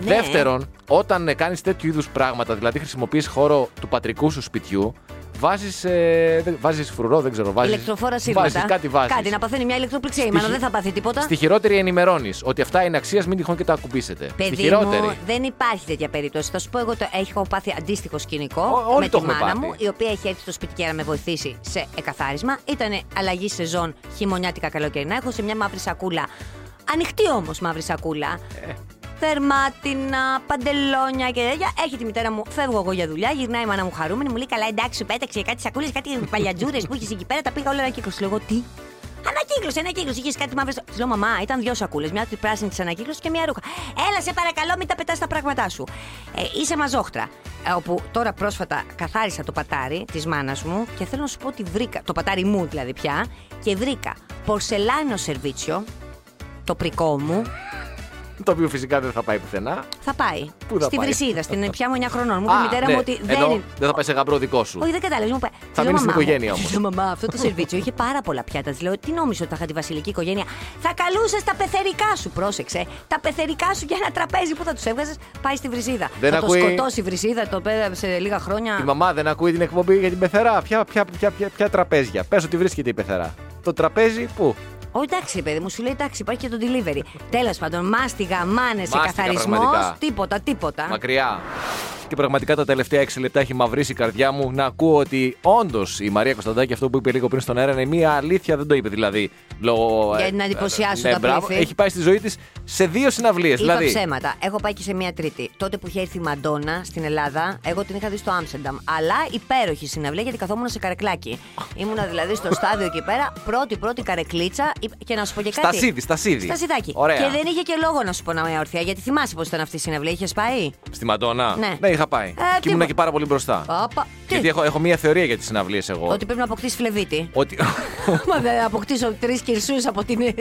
Speaker 3: ναι.
Speaker 2: Δεύτερον, όταν κάνεις τέτοιου είδους πράγματα, δηλαδή χρησιμοποιείς χώρο του πατρικού σου σπιτιού, βάζεις. Ε, δεν- βάζεις φρουρό, δεν ξέρω. Βάζεις,
Speaker 3: Ηλεκτροφόρα σύρματα.
Speaker 2: βάζεις, κάτι βάζεις.
Speaker 3: Κάτι να παθαίνει μια ηλεκτροπληξία. Η
Speaker 2: Στη
Speaker 3: μάνα
Speaker 2: χει-
Speaker 3: δεν θα πάθει τίποτα.
Speaker 2: Στη χειρότερη ενημερώνεις ότι αυτά είναι αξίας, μην τυχόν και τα ακουμπήσετε. στη
Speaker 3: Παιδί
Speaker 2: χειρότερη.
Speaker 3: μου, δεν υπάρχει τέτοια περίπτωση. Θα σου πω, εγώ το έχω πάθει αντίστοιχο σκηνικό
Speaker 2: Ό- όλοι
Speaker 3: με
Speaker 2: το
Speaker 3: τη
Speaker 2: έχουμε
Speaker 3: μάνα
Speaker 2: πάθει.
Speaker 3: μου, η οποία έχει έρθει στο σπίτι και να με βοηθήσει σε εκαθάρισμα. Ήταν αλλαγή σεζόν χειμωνιάτικα καλοκαιρινά. Έχω σε μια μαύρη σακούλα. Ανοιχτή όμως μαύρη σακούλα.
Speaker 2: Ε.
Speaker 3: Θερμάτινα, παντελόνια και τέτοια. Έχει τη μητέρα μου, φεύγω εγώ για δουλειά. Γυρνάει η μάνα μου χαρούμενη, μου λέει καλά, εντάξει, σου πέταξε κάτι σακούλες, κάτι παλιατζούρες που είχες εκεί πέρα. Τα πήγα όλα ανακύκλωση. Λέω εγώ τι. Ανακύκλωση, ανακύκλωση. Είχες κάτι μαύρο. Τη λέω, Μαμά, ήταν δύο σακούλες. Μια τη πράσινη της ανακύκλωσης και μια ρούχα. Έλα, σε παρακαλώ, μην τα πετάς τα πράγματά σου. Ε, είσαι μαζόχτρα. Ε, όπου τώρα πρόσφατα καθάρισα το πατάρι της μάνας μου και θέλω να σου πω ότι βρήκα. Το πατάρι μου δηλαδή πια. Και βρήκα πορσελάνιο σερβίτσιο, το πρικό μου,
Speaker 2: Το οποίο φυσικά δεν θα πάει πουθενά.
Speaker 3: θα πάει.
Speaker 2: Πού θα
Speaker 3: Στην
Speaker 2: πάει?
Speaker 3: Βρυσίδα, στην πια μου 9 χρονών. Μου είπε η
Speaker 2: Α,
Speaker 3: μητέρα
Speaker 2: ναι,
Speaker 3: μου ότι δεν
Speaker 2: ενώ
Speaker 3: είναι.
Speaker 2: δεν θα πάει σε γαμπρό δικό σου.
Speaker 3: Όχι, δεν κατάλαβες. Μου είπε.
Speaker 2: Θα
Speaker 3: «Λέω,
Speaker 2: μείνεις στην
Speaker 3: μαμά μου».
Speaker 2: οικογένεια όμως.
Speaker 3: Λέω, Μαμά, αυτό το σερβίτσιο είχε πάρα πολλά πιάτα. Της λέω, τι νόμιζες ότι θα είχα τη βασιλική οικογένεια. Θα καλούσες τα πεθερικά σου, πρόσεξε. Τα πεθερικά σου για ένα τραπέζι που θα τους έβγαζες, πάει στη βρυσίδα.
Speaker 2: Δεν
Speaker 3: θα
Speaker 2: ακούει-
Speaker 3: το σκοτώσει η βρυσίδα, το πέρα σε λίγα χρόνια.
Speaker 2: Η μαμά δεν ακούει την εκπομπή για την πεθερά. Ποια, ποια, ποια, ποια, ποια τραπέζια. Πες ότι βρίσκεται η πεθερά. Το τραπέζι πού.
Speaker 3: Όχι, εντάξει, ρε παιδί μου, σου λέει εντάξει, υπάρχει και το delivery. Τέλος πάντων, μάστιγα, μάνες,
Speaker 2: Μάστιγα,
Speaker 3: εκαθαρισμό.
Speaker 2: πραγματικά.
Speaker 3: Τίποτα, τίποτα.
Speaker 2: Μακριά. Και πραγματικά τα τελευταία 6 λεπτά έχει μαυρίσει η καρδιά μου να ακούω ότι όντως η Μαρία Κωνσταντάκη αυτό που είπε λίγο πριν στον αέρα είναι μία αλήθεια, δεν το είπε δηλαδή. Λόγω,
Speaker 3: Για να εντυπωσιάσουν
Speaker 2: ναι,
Speaker 3: τα
Speaker 2: μπράβο.
Speaker 3: πλήθη.
Speaker 2: Έχει πάει στη ζωή της σε δύο συναυλίες.
Speaker 3: Είπα
Speaker 2: Δηλαδή.
Speaker 3: ψέματα. Έχω πάει και σε μία τρίτη. Τότε που είχε έρθει η Μαντόνα στην Ελλάδα, εγώ την είχα δει στο Άμστερνταμ. Αλλά υπέροχη συναυλία γιατί καθόμουν σε καρεκλάκι. Ήμουνα δηλαδή στο στάδιο εκεί πέρα, πρώτη-πρώτη καρεκλίτσα. Και να σου πω και κάτι.
Speaker 2: Στασίδη, στασίδι.
Speaker 3: Στα σιδάκι.
Speaker 2: Ωραία.
Speaker 3: Και δεν είχε και λόγο να σου πω να είμαι ορθιά, γιατί θυμάσαι πώς ήταν αυτή η συναυλία. Είχες πάει.
Speaker 2: Στη Μαντόνα.
Speaker 3: Ναι.
Speaker 2: είχα πάει.
Speaker 3: Ε,
Speaker 2: και ήμουν
Speaker 3: τίποτα.
Speaker 2: και πάρα πολύ μπροστά.
Speaker 3: Όπα. Τι.
Speaker 2: Γιατί έχω, έχω μία θεωρία για τις συναυλίες εγώ.
Speaker 3: Ότι πρέπει να αποκτήσεις φλεβίτη.
Speaker 2: Ότι-
Speaker 3: Μα δεν αποκτήσω τρεις κυρσούς από την
Speaker 2: Έχω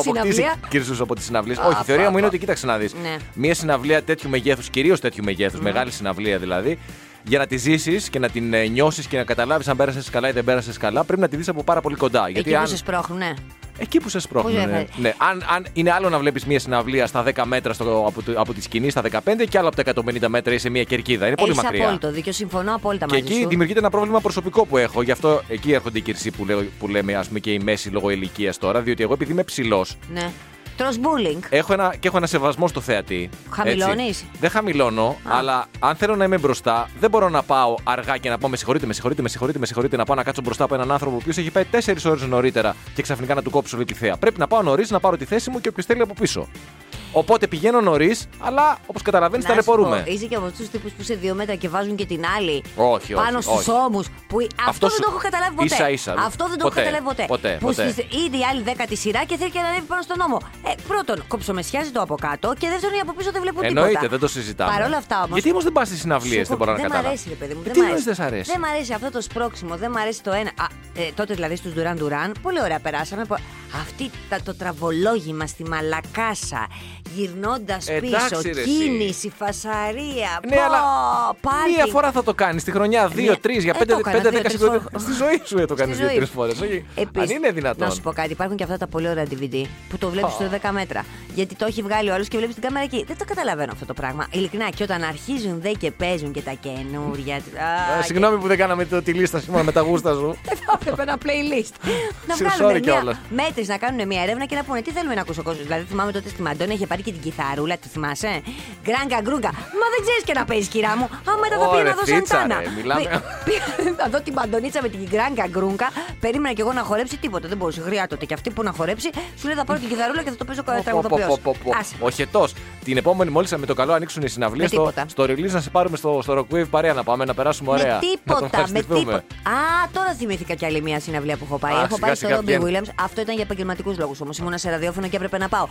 Speaker 2: αποκτήσει
Speaker 3: συναυλία.
Speaker 2: κυρσούς από τις συναυλίες.
Speaker 3: Α,
Speaker 2: Όχι, η θεωρία
Speaker 3: πα,
Speaker 2: μου είναι
Speaker 3: πα.
Speaker 2: ότι κοίταξε να δεις.
Speaker 3: Ναι.
Speaker 2: Μία συναυλία τέτοιου μεγέθους, κυρίως τέτοιου μεγέθους, μεγάλη συναυλία δηλαδή, για να τη ζήσεις και να την νιώσεις και να καταλάβεις αν πέρασες καλά ή δεν πέρασες καλά, πρέπει να τη δεις από πάρα πολύ κοντά.
Speaker 3: Εκεί
Speaker 2: Γιατί
Speaker 3: που
Speaker 2: αν.
Speaker 3: σε σπρώχνουν, ναι.
Speaker 2: Εκεί που σε σπρώχνουν.
Speaker 3: Πού
Speaker 2: Ναι.
Speaker 3: σε-
Speaker 2: Ναι. Αν, αν είναι άλλο να βλέπεις μία συναυλία στα 10 μέτρα στο, από, το- από τη σκηνή, στα 15 και άλλο από τα 150 μέτρα ή σε μία κερκίδα. Είναι πολύ
Speaker 3: Έχεις
Speaker 2: μακριά.
Speaker 3: απόλυτο δίκιο, συμφωνώ απόλυτα
Speaker 2: Και
Speaker 3: μαζί
Speaker 2: εκεί
Speaker 3: σου.
Speaker 2: δημιουργείται ένα πρόβλημα προσωπικό που έχω. Γι' αυτό εκεί έρχονται οι κυρσοί που, λέω- που λέμε, ας πούμε, και η μέση λόγω ηλικίας τώρα. Διότι εγώ επειδή είμαι ψηλός,
Speaker 3: Ναι. Τρως bullying.
Speaker 2: Έχω ένα, και έχω ένα σεβασμό στο θεατή.
Speaker 3: Χαμηλώνεις?
Speaker 2: έτσι. Δεν χαμηλώνω, αλλά αν θέλω να είμαι μπροστά, δεν μπορώ να πάω αργά και να πω με συγχωρείτε, με συγχωρείτε, με συγχωρείτε, με συγχωρείτε, να πάω να κάτσω μπροστά από έναν άνθρωπο ο οποίος έχει πάει 4 ώρες νωρίτερα και ξαφνικά να του κόψω όλη τη θέα. Πρέπει να πάω νωρίς, να πάρω τη θέση μου και όποιος θέλει από πίσω. Οπότε πηγαίνω νωρίς, αλλά όπως καταλαβαίνεις,
Speaker 3: Να σου
Speaker 2: ταλαιπωρούμε.
Speaker 3: πω, Είσαι και από αυτούς τους τύπους που σε δύο μέτρα και βάζουν και την άλλη
Speaker 2: Όχι, όχι,
Speaker 3: πάνω
Speaker 2: όχι.
Speaker 3: στου ώμους. Που... Αυτό,
Speaker 2: σου-
Speaker 3: δεν το έχω καταλάβει ποτέ.
Speaker 2: Ίσα-ίσα.
Speaker 3: Αυτό δεν το
Speaker 2: Ποτέ,
Speaker 3: έχω καταλάβει ποτέ.
Speaker 2: ποτέ,
Speaker 3: που
Speaker 2: ποτέ.
Speaker 3: στις- ήδη η άλλη δέκατη σειρά και θέλει και να ανέβει πάνω στον ώμο. Ε, πρώτον, κοψομεσιάζει το από κάτω και δεύτερον, οι από πίσω δεν βλέπουν
Speaker 2: Εννοείται,
Speaker 3: τίποτα.
Speaker 2: δεν το συζητάμε.
Speaker 3: Παρ' όλα αυτά όμως.
Speaker 2: Γιατί όμως δεν πας στις συναυλίες, δεν μπορώ να
Speaker 3: δεν μ'
Speaker 2: καταλάβω.
Speaker 3: αρέσει, ρε παιδί μου.
Speaker 2: Ε,
Speaker 3: Δεν
Speaker 2: Τι
Speaker 3: μ'
Speaker 2: εννοείς δεν σ' αρέσει.
Speaker 3: Δεν μ' αρέσει αυτό το σπρώξιμο, δεν μ' αρέσει το ένα. Α, ε, τότε δηλαδή στους Duran Duran, πολύ ωραία περάσαμε. πο- Αυτή τα, το τραβολόγημα στη μαλακάσα, γυρνώντας
Speaker 2: Ε, Εντάξει,
Speaker 3: πίσω,
Speaker 2: ρε, εσύ.
Speaker 3: κίνηση, φασαρία.
Speaker 2: Ναι,
Speaker 3: πω,
Speaker 2: αλλά
Speaker 3: πάρτι.
Speaker 2: Μία φορά θα το κάνεις τη χρονιά, δύο,
Speaker 3: Μία-
Speaker 2: τρεις, για
Speaker 3: Ε,
Speaker 2: πέντε,
Speaker 3: το έκανα
Speaker 2: πέντε,
Speaker 3: δύο,
Speaker 2: δέκα
Speaker 3: τρεις
Speaker 2: συγγνώμη.
Speaker 3: φορές.
Speaker 2: Στη ζωή σου δεν το κάνει
Speaker 3: Στη
Speaker 2: δύο-τρει
Speaker 3: ζωή.
Speaker 2: φορέ. Αν
Speaker 3: Επίσης,
Speaker 2: είναι δυνατόν.
Speaker 3: Να σου πω κάτι, υπάρχουν και αυτά τα πολύ ωραία DVD που το βλέπεις
Speaker 2: Ω.
Speaker 3: στο 10 μέτρα. Γιατί το έχει βγάλει ο άλλος και βλέπεις την κάμερα εκεί. Δεν το καταλαβαίνω αυτό το πράγμα. Ειλικρινά, και όταν αρχίζουν δε και παίζουν και τα καινούρια.
Speaker 2: Ε,
Speaker 3: Α,
Speaker 2: Συγγνώμη που δεν κάναμε το- τη λίστα σήμερα με τα γούστα σου.
Speaker 3: και θα έπρεπε ένα playlist. να
Speaker 2: Sorry
Speaker 3: βγάλουν
Speaker 2: κιόλας.
Speaker 3: μια μέτρηση, να κάνουν μια έρευνα και να πούνε τι θέλουμε να ακούσει ο κόσμος. Δηλαδή, θυμάμαι τότε στη Μαντώνη είχε πάρει και την κιθαρούλα, τη θυμάσαι. Γκράγκα γκρούγκα. Μα δεν ξέρεις και να παίζει, κυρία μου. Α, μετά θα
Speaker 2: Ω,
Speaker 3: πήγα
Speaker 2: ρε,
Speaker 3: να δω
Speaker 2: θίτσα,
Speaker 3: σαντάνα.
Speaker 2: ρε, μιλάμε.
Speaker 3: Θα δω την Μαντονίτσα με την γκράγκα γκρούγκα. Περίμενα κι εγώ να χορέψει τίποτα. Δεν μπορούσε. Χρειά τότε και αυτή που να χορέψει. Σου λέει θα πάρω την κιθαρούλα και θα το παίζω τραγουδοποιό.
Speaker 2: Ο χετός. Την επόμενη, μόλις με το καλό ανοίξουν οι συναυλίες,
Speaker 3: Με
Speaker 2: στο,
Speaker 3: τίποτα.
Speaker 2: στο release να σε πάρουμε στο, στο Rockwave παρέα να πάμε να περάσουμε ωραία.
Speaker 3: Με
Speaker 2: να τον
Speaker 3: τίποτα, με
Speaker 2: ευχαριστηθούμε.
Speaker 3: τίποτα. Α, τώρα θυμήθηκα κι άλλη μια συναυλία που έχω πάει.
Speaker 2: Α,
Speaker 3: έχω
Speaker 2: σιγά,
Speaker 3: πάει
Speaker 2: σιγά
Speaker 3: στο Ρόμπι
Speaker 2: βγαίνει.
Speaker 3: Williams. Αυτό ήταν για επαγγελματικούς λόγους όμως. Ήμουνα σε ραδιόφωνο και έπρεπε να πάω.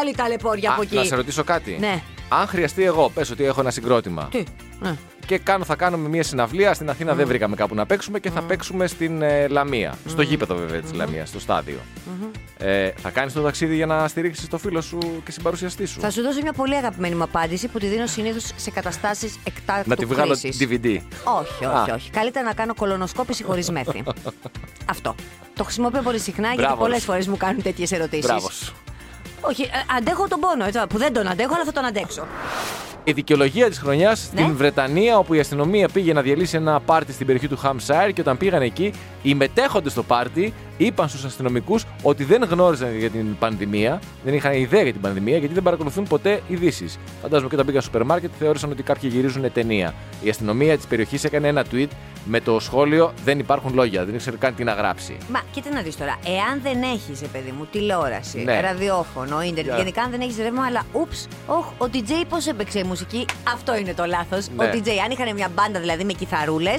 Speaker 3: Άλλη ταλαιπώρια
Speaker 2: Α,
Speaker 3: από εκεί.
Speaker 2: Να σε ρωτήσω κάτι.
Speaker 3: Ναι.
Speaker 2: Αν χρειαστεί εγώ, πες ότι έχω ένα συγκρότημα.
Speaker 3: Τι. Ναι.
Speaker 2: Και κάνω, θα κάνουμε μια συναυλία. Στην Αθήνα δεν βρήκαμε κάπου να παίξουμε και θα παίξουμε στην ε, Λαμία. Στο γήπεδο βέβαια της Λαμίας, στο σταδιο Ε, θα κάνεις το ταξίδι για να στηρίξεις το φίλο σου και συμπαρουσιαστή σου.
Speaker 3: Θα σου δώσω μια πολύ αγαπημένη μου απάντηση που τη δίνω συνήθως σε καταστάσεις εκτάκτου
Speaker 2: Να τη βγάλω
Speaker 3: κρίσης.
Speaker 2: DVD.
Speaker 3: Όχι,
Speaker 2: Α.
Speaker 3: όχι, όχι. Καλύτερα να κάνω κολονοσκόπηση χωρίς μέθη. Αυτό. Το χρησιμοποιώ πολύ συχνά γιατί
Speaker 2: Μπράβο
Speaker 3: πολλές
Speaker 2: σου.
Speaker 3: φορές μου κάνουν τέτοιες ερωτήσεις.
Speaker 2: Μπράβο σου.
Speaker 3: Όχι, ε, αντέχω τον πόνο, έτσι, που δεν τον αντέχω, αλλά θα τον αντέξω.
Speaker 2: Η δικαιολογία της χρονιάς
Speaker 3: Ναι.
Speaker 2: στην Βρετανία, όπου η αστυνομία πήγε να διαλύσει ένα πάρτι στην περιοχή του Χάμσάιρ και όταν πήγαν εκεί, οι μετέχοντες στο πάρτι είπαν στους αστυνομικούς ότι δεν γνώριζαν για την πανδημία, δεν είχαν ιδέα για την πανδημία γιατί δεν παρακολουθούν ποτέ ειδήσεις. Φαντάζομαι και όταν πήγαν στο σούπερ μάρκετ θεώρησαν ότι κάποιοι γυρίζουν ταινία. Η αστυνομία της περιοχής έκανε ένα tweet με το σχόλιο Δεν υπάρχουν λόγια, δεν ήξερε καν τι να γράψει.
Speaker 3: Μα κοίτα να δεις τώρα. Εάν δεν έχεις, ρε παιδί μου, τηλεόραση,
Speaker 2: Ναι.
Speaker 3: ραδιόφωνο, ίντερνετ,
Speaker 2: Yeah.
Speaker 3: γενικά αν δεν έχεις ρεύμα, αλλά ούψ, οχ, ο DJ πώς έπαιξε η μουσική, αυτό είναι το λάθος.
Speaker 2: Ναι.
Speaker 3: Ο DJ, αν είχαν μια μπάντα δηλαδή με κιθαρούλες.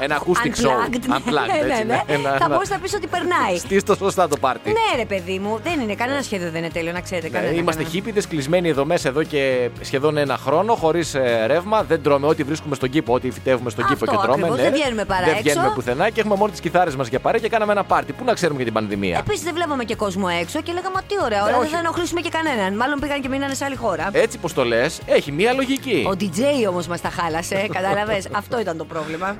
Speaker 2: Ένα acoustic show. Unplugged,
Speaker 3: ναι, ναι,
Speaker 2: έτσι,
Speaker 3: ναι,
Speaker 2: ναι. Ένα-
Speaker 3: θα
Speaker 2: ένα-
Speaker 3: μπορούσε να πεις ότι περνάει.
Speaker 2: Στήστο σωστά το πάρτι.
Speaker 3: ναι, ρε παιδί μου, δεν είναι. Κανένα σχέδιο δεν είναι τέλειο, να ξέρετε.
Speaker 2: Ναι,
Speaker 3: Ε, κανένα,
Speaker 2: είμαστε
Speaker 3: κανένα.
Speaker 2: χίπηδε, κλεισμένοι εδώ μέσα εδώ και σχεδόν ένα χρόνο, χωρίς ρεύμα. Δεν τρώμε ό,τι βρίσκουμε στον κήπο, ό,τι φυτέυουμε στον
Speaker 3: Αυτό
Speaker 2: κήπο και τρώμε. ναι.
Speaker 3: ακριβώς, δεν βγαίνουμε παρά
Speaker 2: Δεν
Speaker 3: έξω.
Speaker 2: βγαίνουμε πουθενά και έχουμε μόνο τις κιθάρες μας για παρέ και κάναμε ένα πάρτι. Πού να ξέρουμε για την πανδημία.
Speaker 3: Επίσης δεν βλέπαμε και κόσμο έξω και λέγαμε «Μα τι ωραία,
Speaker 2: Ναι,
Speaker 3: ώρα δεν
Speaker 2: όχι.
Speaker 3: θα ενοχλήσουμε και κανέναν. Μάλλον πήγαν και μείνανε σε άλλη χώρα.
Speaker 2: Έτσι πως το λες, έχει μία λογική.
Speaker 3: Ο DJ όμως μας τα χάλασε, κατάλαβες. Αυτό ήταν το πρόβλημα.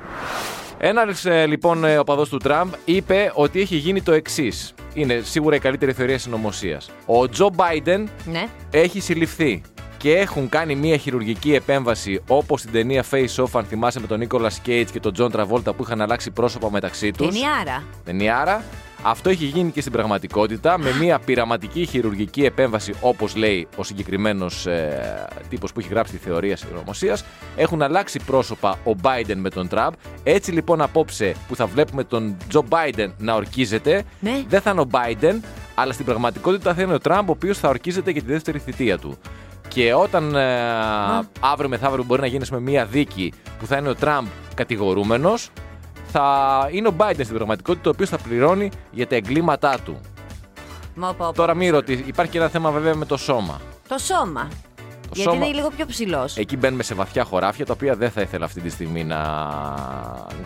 Speaker 2: Ένα λοιπόν ε, οπαδό του Τραμπ είπε ότι έχει γίνει το εξής. Είναι σίγουρα η καλύτερη θεωρία συνωμοσίας. Ο Τζο Μπάιντεν
Speaker 3: Ναι.
Speaker 2: έχει συλληφθεί και έχουν κάνει μια χειρουργική επέμβαση όπως στην ταινία Face Off αν θυμάσαι με τον Νίκολα Cage και τον Τζον Τραβόλτα που είχαν αλλάξει πρόσωπα μεταξύ τους.
Speaker 3: Ταινιάρα.
Speaker 2: Ταινιάρα. Αυτό έχει γίνει και στην πραγματικότητα με μια πειραματική χειρουργική επέμβαση όπως λέει ο συγκεκριμένος ε, τύπος που έχει γράψει τη θεωρία συνωμοσίας. Έχουν αλλάξει πρόσωπα ο Biden με τον Τραμπ. Έτσι λοιπόν απόψε που θα βλέπουμε τον Τζο Biden να ορκίζεται
Speaker 3: Ναι.
Speaker 2: δεν θα είναι ο Biden, αλλά στην πραγματικότητα θα είναι ο Τραμπ, ο οποίος θα ορκίζεται για τη δεύτερη θητεία του. Και όταν ε, αύριο μεθαύριο μπορεί να γίνεις ας πούμε, μια δίκη που θα είναι ο Τραμπ κατηγορούμενος, θα είναι ο Biden στην πραγματικότητα, ο οποίο θα πληρώνει για τα εγκλήματά του.
Speaker 3: Μα, οπα, οπα.
Speaker 2: Τώρα μη ρωτήσει, υπάρχει και ένα θέμα βέβαια με το σώμα.
Speaker 3: Το σώμα.
Speaker 2: Το
Speaker 3: Γιατί
Speaker 2: σώμα- Ε,
Speaker 3: είναι λίγο πιο ψηλός.
Speaker 2: Εκεί μπαίνουμε σε βαθιά χωράφια, τα οποία δεν θα ήθελα αυτή τη στιγμή να,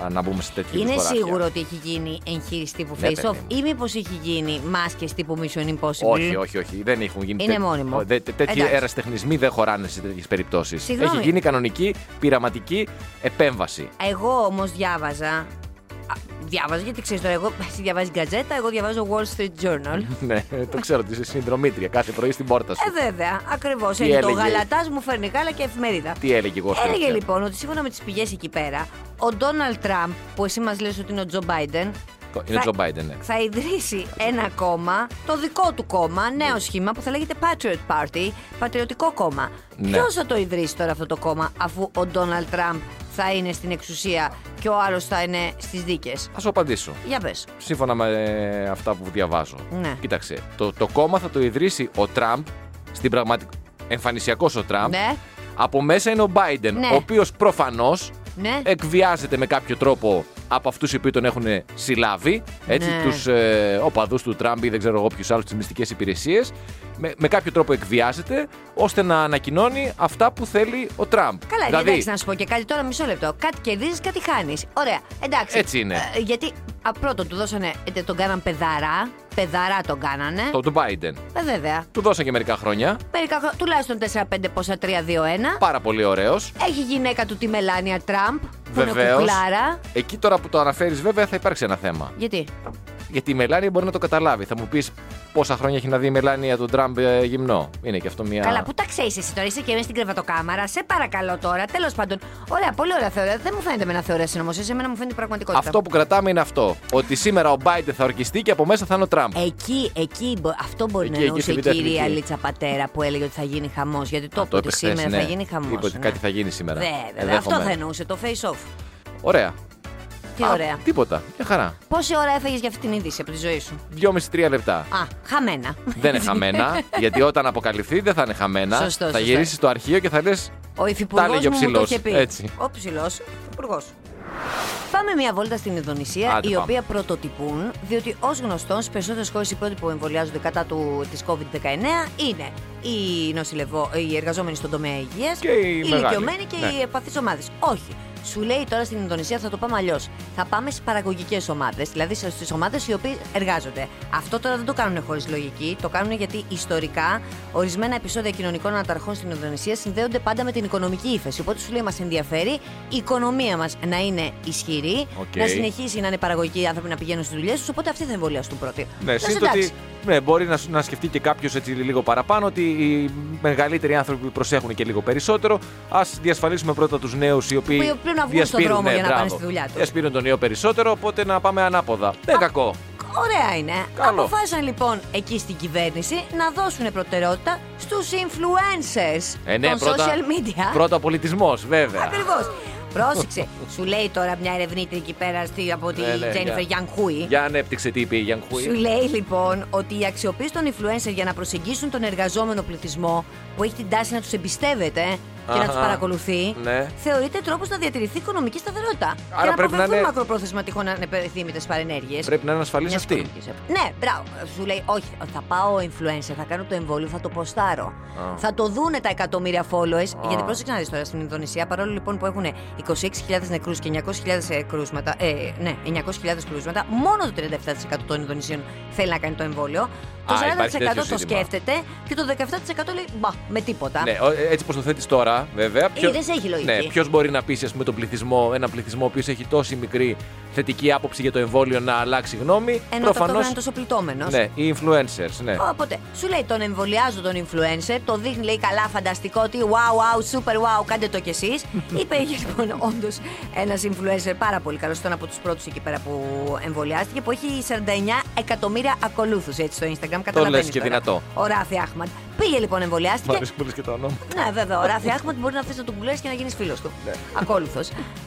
Speaker 2: να, να μπούμε σε τέτοια
Speaker 3: Είναι
Speaker 2: χωράφια.
Speaker 3: σίγουρο ότι έχει γίνει εγχείρηση τύπου
Speaker 2: Ναι,
Speaker 3: face-off
Speaker 2: παιδί μου.
Speaker 3: ή μήπως έχει γίνει μάσκες τύπου Mission Impossible.
Speaker 2: Όχι, όχι, όχι. Δεν έχουν γίνει.
Speaker 3: Είναι
Speaker 2: τέ-
Speaker 3: μόνιμο.
Speaker 2: Ω, δε- τέ- Τέτοιοι
Speaker 3: Εντάξει.
Speaker 2: αεραστεχνισμοί δεν χωράνε σε τέτοιες περιπτώσεις.
Speaker 3: Συγγνώμη.
Speaker 2: Έχει γίνει κανονική πειραματική επέμβαση.
Speaker 3: Εγώ όμως διάβαζα. Α, Διάβαζα γιατί ξέρεις τώρα, εγώ εσύ διαβάζεις γκατζέτα, εγώ διαβάζω Wall Street Journal.
Speaker 2: ναι, το ξέρω ότι είσαι συνδρομήτρια κάθε πρωί στην πόρτα σου.
Speaker 3: Ε, βέβαια, ακριβώς.
Speaker 2: Τι
Speaker 3: Το
Speaker 2: έλεγε?
Speaker 3: γαλατάς μου φέρνει γάλα και εφημερίδα.
Speaker 2: Τι έλεγε εγώ
Speaker 3: Έλεγε
Speaker 2: τέτοια.
Speaker 3: λοιπόν ότι σύμφωνα με τις πηγές εκεί πέρα, ο Ντόναλτ Τραμπ, που εσύ μας λες ότι είναι ο Τζο Μπάιντεν,
Speaker 2: Είναι ο
Speaker 3: θα-
Speaker 2: Τζο Μπάιντεν, ναι.
Speaker 3: θα ιδρύσει ένα κόμμα, το δικό του κόμμα, νέο σχήμα που θα λέγεται Patriot Party, πατριωτικό κόμμα.
Speaker 2: Ναι.
Speaker 3: Ποιος θα το ιδρύσει τώρα αυτό το κόμμα, αφού ο Ντόναλτ Τραμπ θα είναι στην εξουσία και ο άλλος θα είναι στις δίκες.
Speaker 2: Θα σου απαντήσω.
Speaker 3: Για πες.
Speaker 2: Σύμφωνα με ε, αυτά που διαβάζω.
Speaker 3: Ναι.
Speaker 2: Κοίταξε, το, το κόμμα θα το ιδρύσει ο Τραμπ στην πραγματικότητα. Εμφανισιακός ο Τραμπ.
Speaker 3: Ναι,
Speaker 2: Από μέσα είναι ο Biden,
Speaker 3: Ναι.
Speaker 2: ο οποίος προφανώς
Speaker 3: ναι.
Speaker 2: εκβιάζεται με κάποιο τρόπο από αυτούς οι οποίοι τον έχουν συλλάβει. Έτσι,
Speaker 3: Ναι.
Speaker 2: τους ε, οπαδούς του Τραμπ ή δεν ξέρω εγώ ποιους άλλους, τις μυστικές υπηρεσίες. Με, με κάποιο τρόπο εκβιάζεται ώστε να ανακοινώνει αυτά που θέλει ο Τραμπ.
Speaker 3: Καλά,
Speaker 2: δηλαδή,
Speaker 3: εντάξει, να σου πω και κάτι τώρα, μισό λεπτό. Κάτι κερδίζεις, κάτι χάνεις. Ωραία, εντάξει.
Speaker 2: Έτσι είναι.
Speaker 3: Ε, γιατί Α, πρώτον, του δώσανε. ε, τον κάναν πεδαρά. Πεδαρά τον κάνανε.
Speaker 2: Το του Biden.
Speaker 3: Ε, βέβαια.
Speaker 2: Του δώσαν και μερικά χρόνια.
Speaker 3: Μερικά χρο- τουλάχιστον 4-5 πόσα 3-2-1.
Speaker 2: Πάρα πολύ ωραίος.
Speaker 3: Έχει γυναίκα του τη Μελάνια Τραμπ. Που είναι
Speaker 2: Βεβαίως.
Speaker 3: κουκλάρα.
Speaker 2: Εκεί τώρα που το αναφέρεις, βέβαια θα υπάρξει ένα θέμα.
Speaker 3: Γιατί.
Speaker 2: Γιατί η Μελάνια μπορεί να το καταλάβει. Θα μου πεις πόσα χρόνια έχει να δει η Μελάνια τον Τραμπ ε, γυμνό. Είναι και αυτό μια.
Speaker 3: Καλά, πού τα ξέρεις εσύ τώρα, είσαι και μέσα στην κρεβατοκάμαρα. Σε παρακαλώ τώρα, τέλος πάντων. Ωραία, πολύ ωραία θεωρία. Δεν μου φαίνεται με να θεωρία συνωμοσία, σε μένα μου φαίνεται πραγματικότητα.
Speaker 2: Αυτό που κρατάμε είναι αυτό. Ότι σήμερα ο Biden θα ορκιστεί και από μέσα θα είναι ο Τραμπ.
Speaker 3: Ε, Εκεί, εκεί, μπο- αυτό μπορεί
Speaker 2: Εκεί,
Speaker 3: να
Speaker 2: εκεί
Speaker 3: εννοούσε
Speaker 2: στην
Speaker 3: η
Speaker 2: πιτέχνη,
Speaker 3: κυρία
Speaker 2: εκεί.
Speaker 3: Λίτσα Πατέρα που έλεγε ότι θα γίνει χαμός. Γιατί το
Speaker 2: Α,
Speaker 3: είπε ότι
Speaker 2: χθες,
Speaker 3: σήμερα
Speaker 2: ναι.
Speaker 3: θα γίνει χαμός.
Speaker 2: Είπε ότι κάτι Ε, θα γίνει σήμερα.
Speaker 3: Βέβαια, αυτό
Speaker 2: Ενδεχομένως.
Speaker 3: θα εννοούσε, το face off.
Speaker 2: Ωραία.
Speaker 3: Τι
Speaker 2: Α,
Speaker 3: ωραία.
Speaker 2: Τίποτα. Μια χαρά.
Speaker 3: Πόση ώρα έφαγες για αυτή την είδηση από τη ζωή σου.
Speaker 2: Δυόμιση-τρία λεπτά.
Speaker 3: Α, χαμένα.
Speaker 2: Δεν είναι χαμένα, γιατί όταν αποκαλυφθεί δεν θα είναι χαμένα.
Speaker 3: Σωστό,
Speaker 2: θα
Speaker 3: σωστό.
Speaker 2: γυρίσει στο αρχείο και θα λες.
Speaker 3: Ο
Speaker 2: Τα
Speaker 3: υφυπουργός
Speaker 2: έλεγε ο
Speaker 3: μου, μου το
Speaker 2: ψηλός,
Speaker 3: είχε πει.
Speaker 2: έτσι.
Speaker 3: Ο ψηλός υπουργό. Πάμε μια βόλτα στην Ινδονησία,
Speaker 2: Άντε,
Speaker 3: η
Speaker 2: πάμε.
Speaker 3: οποία πρωτοτυπούν, διότι ως γνωστόν στι περισσότερες χώρες οι πρώτοι που εμβολιάζονται κατά του της COVID-19 είναι οι, νοσηλευό, οι εργαζόμενοι στον τομέα υγείας,
Speaker 2: Και οι
Speaker 3: οι
Speaker 2: μεγάλοι.
Speaker 3: ηλικιωμένοι και
Speaker 2: Ναι.
Speaker 3: οι επαθεί ομάδες. Όχι. Σου λέει τώρα στην Ινδονησία θα το πάμε αλλιώς. Θα πάμε στι παραγωγικές ομάδες, δηλαδή στις ομάδες οι οποίες εργάζονται. Αυτό τώρα δεν το κάνουν χωρίς λογική. Το κάνουν γιατί ιστορικά ορισμένα επεισόδια κοινωνικών αναταρχών στην Ινδονησία συνδέονται πάντα με την οικονομική ύφεση. Οπότε σου λέει μας ενδιαφέρει η οικονομία μας να είναι ισχυρή,
Speaker 2: Οκ.
Speaker 3: να συνεχίσει να είναι παραγωγικοί οι άνθρωποι να πηγαίνουν στις δουλειές τους. Οπότε αυτοί θα εμβολιαστούν πρώτοι.
Speaker 2: Ναι,
Speaker 3: Λες,
Speaker 2: σύντομα ότι. Ναι, μπορεί να, σου- να σκεφτεί και κάποιος έτσι λίγο παραπάνω ότι οι μεγαλύτεροι άνθρωποι προσέχουν και λίγο περισσότερο. Ας διασφαλίσουμε πρώτα τους νέους οι οποίοι.
Speaker 3: Που οι οποίοι να βγουν στον
Speaker 2: διασπείρουν,
Speaker 3: δρόμο
Speaker 2: ναι,
Speaker 3: για να
Speaker 2: μπράβο.
Speaker 3: πάνε στη δουλειά τους.
Speaker 2: Διασπείρουν τον ιό περισσότερο, οπότε να πάμε ανάποδα. Δεν κακό.
Speaker 3: Ωραία είναι.
Speaker 2: Καλό.
Speaker 3: Αποφάσισαν λοιπόν εκεί στην κυβέρνηση να δώσουν προτεραιότητα στους influencers
Speaker 2: Ε, ναι,
Speaker 3: των
Speaker 2: πρώτα,
Speaker 3: social media.
Speaker 2: πρώτα πολιτισμός, βέβαια.
Speaker 3: Ακριβώς. Πρόσεξε. Σου λέει τώρα μια ερευνήτρια εκεί πέρα στη- από τη
Speaker 2: Ναι, ναι,
Speaker 3: Jennifer
Speaker 2: για-
Speaker 3: Young
Speaker 2: Για ανέπτυξε τι είπε η Young Hui.
Speaker 3: σου λέει λοιπόν ότι η αξιοποίηση των influencer για να προσεγγίσουν τον εργαζόμενο πληθυσμό που έχει την τάση να τους εμπιστεύεται και να
Speaker 2: Αχα.
Speaker 3: τους παρακολουθεί,
Speaker 2: Ναι.
Speaker 3: θεωρείται τρόπος να διατηρηθεί οικονομική σταθερότητα.
Speaker 2: Άρα
Speaker 3: και να
Speaker 2: πρέπει να
Speaker 3: αποφευθούν
Speaker 2: είναι-
Speaker 3: μακροπρόθεσμα τυχόν ανεπιθύμητες παρενέργειες.
Speaker 2: Πρέπει να είναι ασφαλής
Speaker 3: Μιας
Speaker 2: αυτή.
Speaker 3: οικονομικής επ- Ναι, μπράβο. Σου λέει, όχι, θα πάω influencer, θα κάνω το εμβόλιο, θα το ποστάρω. Θα το δούνε τα εκατομμύρια followers. Γιατί πρόσεξε να δεις τώρα στην Ινδονησία, παρόλο λοιπόν που έχουν 26.000 νεκρούς και 900.000 κρούσματα, ε, ναι, 900.000 κρούσματα, μόνο το 37% των Ινδονησίων θέλει να κάνει το εμβόλιο. Το
Speaker 2: Α, υπάρχει
Speaker 3: 40%
Speaker 2: τέτοιο
Speaker 3: το
Speaker 2: ζήτημα.
Speaker 3: σκέφτεται και το 17% λέει μπα, με τίποτα.
Speaker 2: Ναι, ο- έτσι πώ το θέτεις τώρα, βέβαια.
Speaker 3: Ε, δεν σε έχει λογική.
Speaker 2: Ναι, ποιος μπορεί να πείσει ας πούμε, τον πληθυσμό, έναν πληθυσμό ο οποίος έχει τόση μικρή θετική άποψη για το εμβόλιο να αλλάξει γνώμη.
Speaker 3: Ενώ ταυτόχρονα
Speaker 2: Προφανώς,
Speaker 3: είναι τόσο πληττόμενος.
Speaker 2: Ναι, οι influencers, ναι.
Speaker 3: Οπότε σου λέει τον εμβολιάζω τον influencer, το δείχνει λέει καλά, φανταστικό, ότι wow, wow, super wow, κάντε το κι εσείς. Είπε λοιπόν όντως ένας influencer πάρα πολύ καλός, ήταν από τους πρώτους εκεί πέρα που εμβολιάστηκε, που έχει 49 εκατομμύρια ακολούθους έτσι στο Instagram. καταλαβαίνεις
Speaker 2: λες και
Speaker 3: τώρα.
Speaker 2: δυνατό.
Speaker 3: Ο Ράφι Αχμαντ. Πήγε λοιπόν,
Speaker 2: Μ'
Speaker 3: εμβολιάστηκε.
Speaker 2: αρέσει που λες και το όνομα.
Speaker 3: Ναι, βέβαια. Ο Ράφι Άχμαντ μπορεί να θες να τον κουλέσει και να γίνεις φίλος του.
Speaker 2: Ναι.
Speaker 3: Ακόλουθος.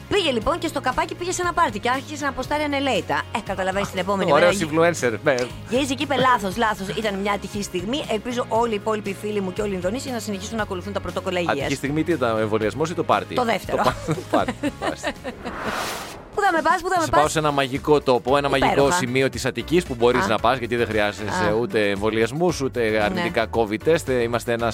Speaker 3: Πήγε λοιπόν και στο καπάκι πήγε σε ένα πάρτι και άρχισε να αποστάρει ανελέητα. Ε, καταλαβαίνεις την επόμενη μέρα.
Speaker 2: Ωραίο influencer. Ναι.
Speaker 3: Γυρίζει και είπε λάθος, λάθος. Ήταν μια ατυχή στιγμή. Ελπίζω όλοι οι υπόλοιποι φίλοι μου και όλοι οι Ινδονήσιοι να συνεχίσουν να ακολουθούν τα πρωτόκολλα υγείας.
Speaker 2: Ατυχή στιγμή τι ήταν, ο εμβολιασμός ή το πάρτι.
Speaker 3: Το δεύτερο.
Speaker 2: Το πα- το πάρτι. Μάλιστα.
Speaker 3: Πού θα με πας, πού θα με
Speaker 2: Θα πάω
Speaker 3: πας.
Speaker 2: σε ένα μαγικό τόπο, ένα
Speaker 3: Υπέροχα.
Speaker 2: μαγικό σημείο της Αττικής που μπορείς
Speaker 3: Α.
Speaker 2: να πας γιατί δεν χρειάζεσαι
Speaker 3: Α. Ναι.
Speaker 2: ούτε εμβολιασμούς ούτε αρνητικά COVID test. Ε, Είμαστε ε, ένα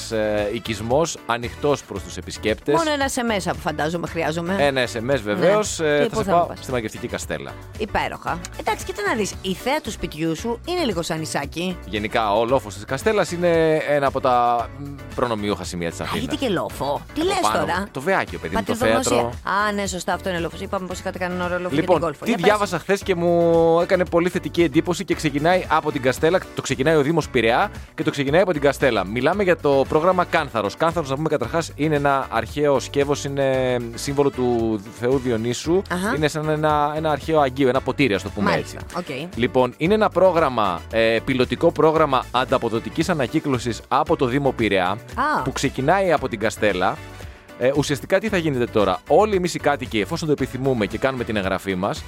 Speaker 2: οικισμός ανοιχτός προς τους επισκέπτες.
Speaker 3: Μόνο ένα σε μέσα που φαντάζομαι χρειάζομαι.
Speaker 2: Ένα SMS βεβαίως.
Speaker 3: Ναι. Και
Speaker 2: ε, Θα
Speaker 3: πού
Speaker 2: σε
Speaker 3: θα με
Speaker 2: πάω
Speaker 3: πας?
Speaker 2: στη μαγευτική Καστέλα.
Speaker 3: Υπέροχα. Εντάξει, κοίτα να δεις. Η θέα του σπιτιού σου είναι λίγο σαν νησάκι.
Speaker 2: Γενικά, ο λόφος της Καστέλας είναι ένα από τα μ, προνομιούχα σημεία της
Speaker 3: Α, Γιατί
Speaker 2: Αθήνα.
Speaker 3: και λόφο. Τι λε τώρα.
Speaker 2: Το βεάκιο, παιδί μου, το
Speaker 3: Πατριδονοσία.
Speaker 2: θέατρο.
Speaker 3: Α, ναι, σωστά, αυτό είναι λόφος. Είπαμε πως είχατε κάνει ωραίο λόφο για την
Speaker 2: Λοιπόν,
Speaker 3: κόλφο.
Speaker 2: τι
Speaker 3: Για πες.
Speaker 2: διάβασα χθες και μου έκανε πολύ θετική εντύπωση και ξεκινάει από την Καστέλα. Το ξεκινάει ο Δήμος Πειραιά και το ξεκινάει από την Καστέλα. Μιλάμε για το πρόγραμμα Κάνθαρος. Κάνθαρος, να πούμε καταρχάς, είναι ένα αρχαίο σκεύος, είναι σύμβολο του Θεού Διονύσου.
Speaker 3: Αχα.
Speaker 2: Είναι σαν ένα, ένα αρχαίο αγγείο, ένα ποτήρι, ας το πούμε
Speaker 3: Μάλιστα.
Speaker 2: έτσι.
Speaker 3: Οκ.
Speaker 2: Λοιπόν, είναι ένα πρόγραμμα, ε, πιλωτικό πρόγραμμα ανταποδοτικής ανακύκλωσης από το Δήμο Πειραιά,
Speaker 3: Α.
Speaker 2: που ξεκινάει από την Καστέλα. Ε, ουσιαστικά τι θα γίνεται τώρα. Όλοι εμείς οι κάτοικοι, εφόσον το επιθυμούμε και κάνουμε την εγγραφή μας,